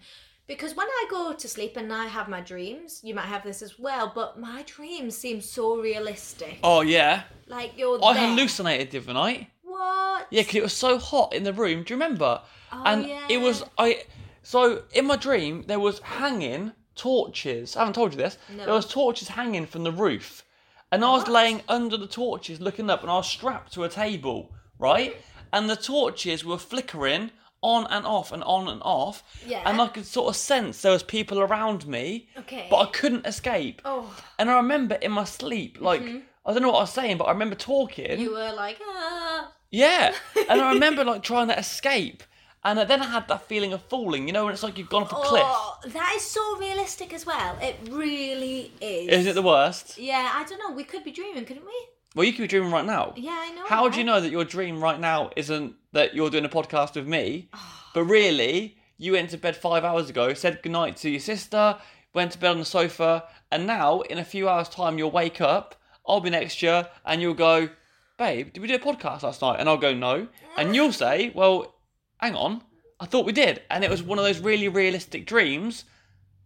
[SPEAKER 3] Because when I go to sleep and I have my dreams, you might have this as well, but my dreams seem so realistic.
[SPEAKER 2] Oh yeah.
[SPEAKER 3] Like you're
[SPEAKER 2] I
[SPEAKER 3] there.
[SPEAKER 2] hallucinated the other night.
[SPEAKER 3] What?
[SPEAKER 2] Yeah, because it was so hot in the room. Do you remember?
[SPEAKER 3] Oh,
[SPEAKER 2] and it was
[SPEAKER 3] yeah.
[SPEAKER 2] I. So in my dream, there was hanging torches. I haven't told you this.
[SPEAKER 3] No.
[SPEAKER 2] There was torches hanging from the roof, and I was laying under the torches, looking up, and I was strapped to a table, right? And the torches were flickering on and off and on and off.
[SPEAKER 3] Yeah.
[SPEAKER 2] And I could sort of sense there was people around me.
[SPEAKER 3] Okay.
[SPEAKER 2] But I couldn't escape.
[SPEAKER 3] Oh,
[SPEAKER 2] And I remember in my sleep, like I don't know what I was saying, but I remember talking.
[SPEAKER 3] Mm-hmm. you were like, ah.
[SPEAKER 2] Yeah, and I remember like trying to escape, and then I had that feeling of falling. You know, when it's like you've gone off a cliff.
[SPEAKER 3] Oh, that is so realistic as well. It really is.
[SPEAKER 2] Isn't it the worst?
[SPEAKER 3] Yeah, I don't know. We could be dreaming, couldn't we?
[SPEAKER 2] Well, you could be dreaming right now.
[SPEAKER 3] Yeah, I know.
[SPEAKER 2] How do you
[SPEAKER 3] right?
[SPEAKER 2] know that your dream right now isn't that you're doing a podcast with me, but really you went to bed five hours ago, said goodnight to your sister, went to bed on the sofa, and now in a few hours' time you'll wake up. I'll be next to you, and you'll go, babe. Did we do a podcast last night? And I'll go no, and you'll say, well, hang on, I thought we did, and it was one of those really realistic dreams,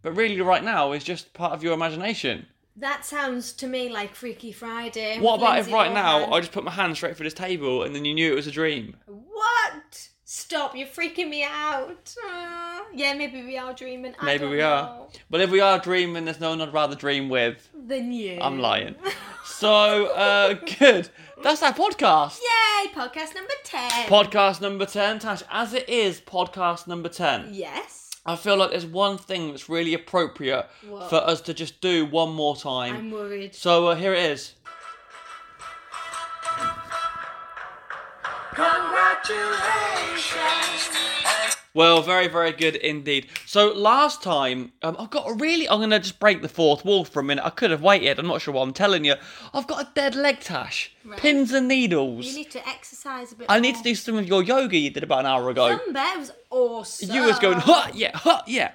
[SPEAKER 2] but really right now is just part of your imagination.
[SPEAKER 3] That sounds to me like Freaky Friday.
[SPEAKER 2] What
[SPEAKER 3] with
[SPEAKER 2] about if
[SPEAKER 3] Lindsay
[SPEAKER 2] right now
[SPEAKER 3] Lohan.
[SPEAKER 2] I just put my hand straight through this table and then you knew it was a dream?
[SPEAKER 3] What? Stop! You're freaking me out. Ah, yeah, maybe we are dreaming. I
[SPEAKER 2] Maybe
[SPEAKER 3] don't
[SPEAKER 2] we are.
[SPEAKER 3] know.
[SPEAKER 2] But if we are dreaming, there's no one I'd rather dream with.
[SPEAKER 3] Then you.
[SPEAKER 2] I'm
[SPEAKER 3] *laughs*
[SPEAKER 2] lying. So, uh, good. That's our podcast.
[SPEAKER 3] Yay! Podcast number ten.
[SPEAKER 2] Podcast number 10, Tash, as it is podcast number 10,
[SPEAKER 3] yes.
[SPEAKER 2] I feel like there's one thing that's really appropriate
[SPEAKER 3] What?
[SPEAKER 2] for us to just do one more time.
[SPEAKER 3] I'm worried.
[SPEAKER 2] So uh, here it is. Well, very, very good indeed. So last time, um, I've got a really. I'm going to just break the fourth wall for a minute. I could have waited. I'm not sure what I'm telling you. I've got a dead leg tash, pins and needles.
[SPEAKER 3] You need to exercise a bit.
[SPEAKER 2] I need to do some of your yoga you did about an hour ago.
[SPEAKER 3] That was awesome.
[SPEAKER 2] You was going, huh, yeah, huh, yeah.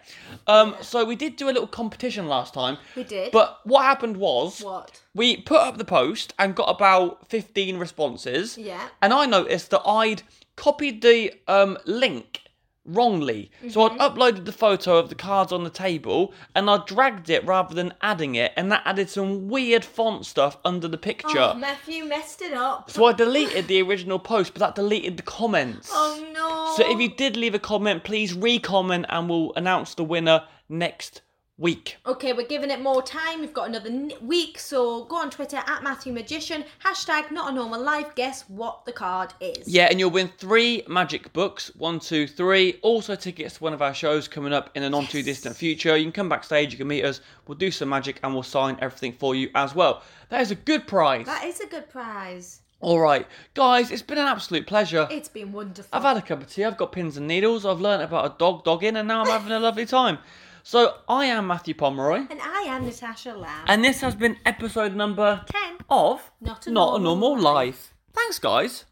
[SPEAKER 2] Um, so we did do a little competition last time.
[SPEAKER 3] We did.
[SPEAKER 2] But what happened was
[SPEAKER 3] What?
[SPEAKER 2] we put up the post and got about 15 responses.
[SPEAKER 3] Yeah.
[SPEAKER 2] And I noticed that I'd copied the um, link wrongly. So I'd
[SPEAKER 3] Mm-hmm.
[SPEAKER 2] uploaded the photo of the cards on the table and I dragged it rather than adding it. And that added some weird font stuff under the picture.
[SPEAKER 3] Oh, Matthew messed it up.
[SPEAKER 2] so I deleted the original post, but that deleted the comments.
[SPEAKER 3] Oh no.
[SPEAKER 2] So if you did leave a comment, please re-comment and we'll announce the winner next week.
[SPEAKER 3] Okay, we're giving it more time. We've got another n- week, so go on Twitter at Matthew Magician hashtag Not a Normal Life. Guess what the card is?
[SPEAKER 2] Yeah, and you'll win three magic books. One, two, three. Also tickets to one of our shows coming up in the not too distant future. You can come backstage, you can meet us, we'll do some magic and we'll sign everything for you as well. That is a good prize.
[SPEAKER 3] That is a good prize.
[SPEAKER 2] Alright. Guys, it's been an absolute pleasure.
[SPEAKER 3] It's been wonderful.
[SPEAKER 2] I've had a cup of tea, I've got pins and needles, I've learnt about a dog dogging, and now I'm having a lovely time. So I am Matthew Pomeroy.
[SPEAKER 3] and I am Natasha Lamb.
[SPEAKER 2] And this has been episode number
[SPEAKER 3] Ten.
[SPEAKER 2] of
[SPEAKER 3] Not a
[SPEAKER 2] Not
[SPEAKER 3] Normal
[SPEAKER 2] Life. Thanks, guys.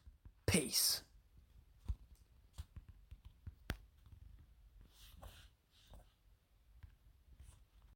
[SPEAKER 2] Peace.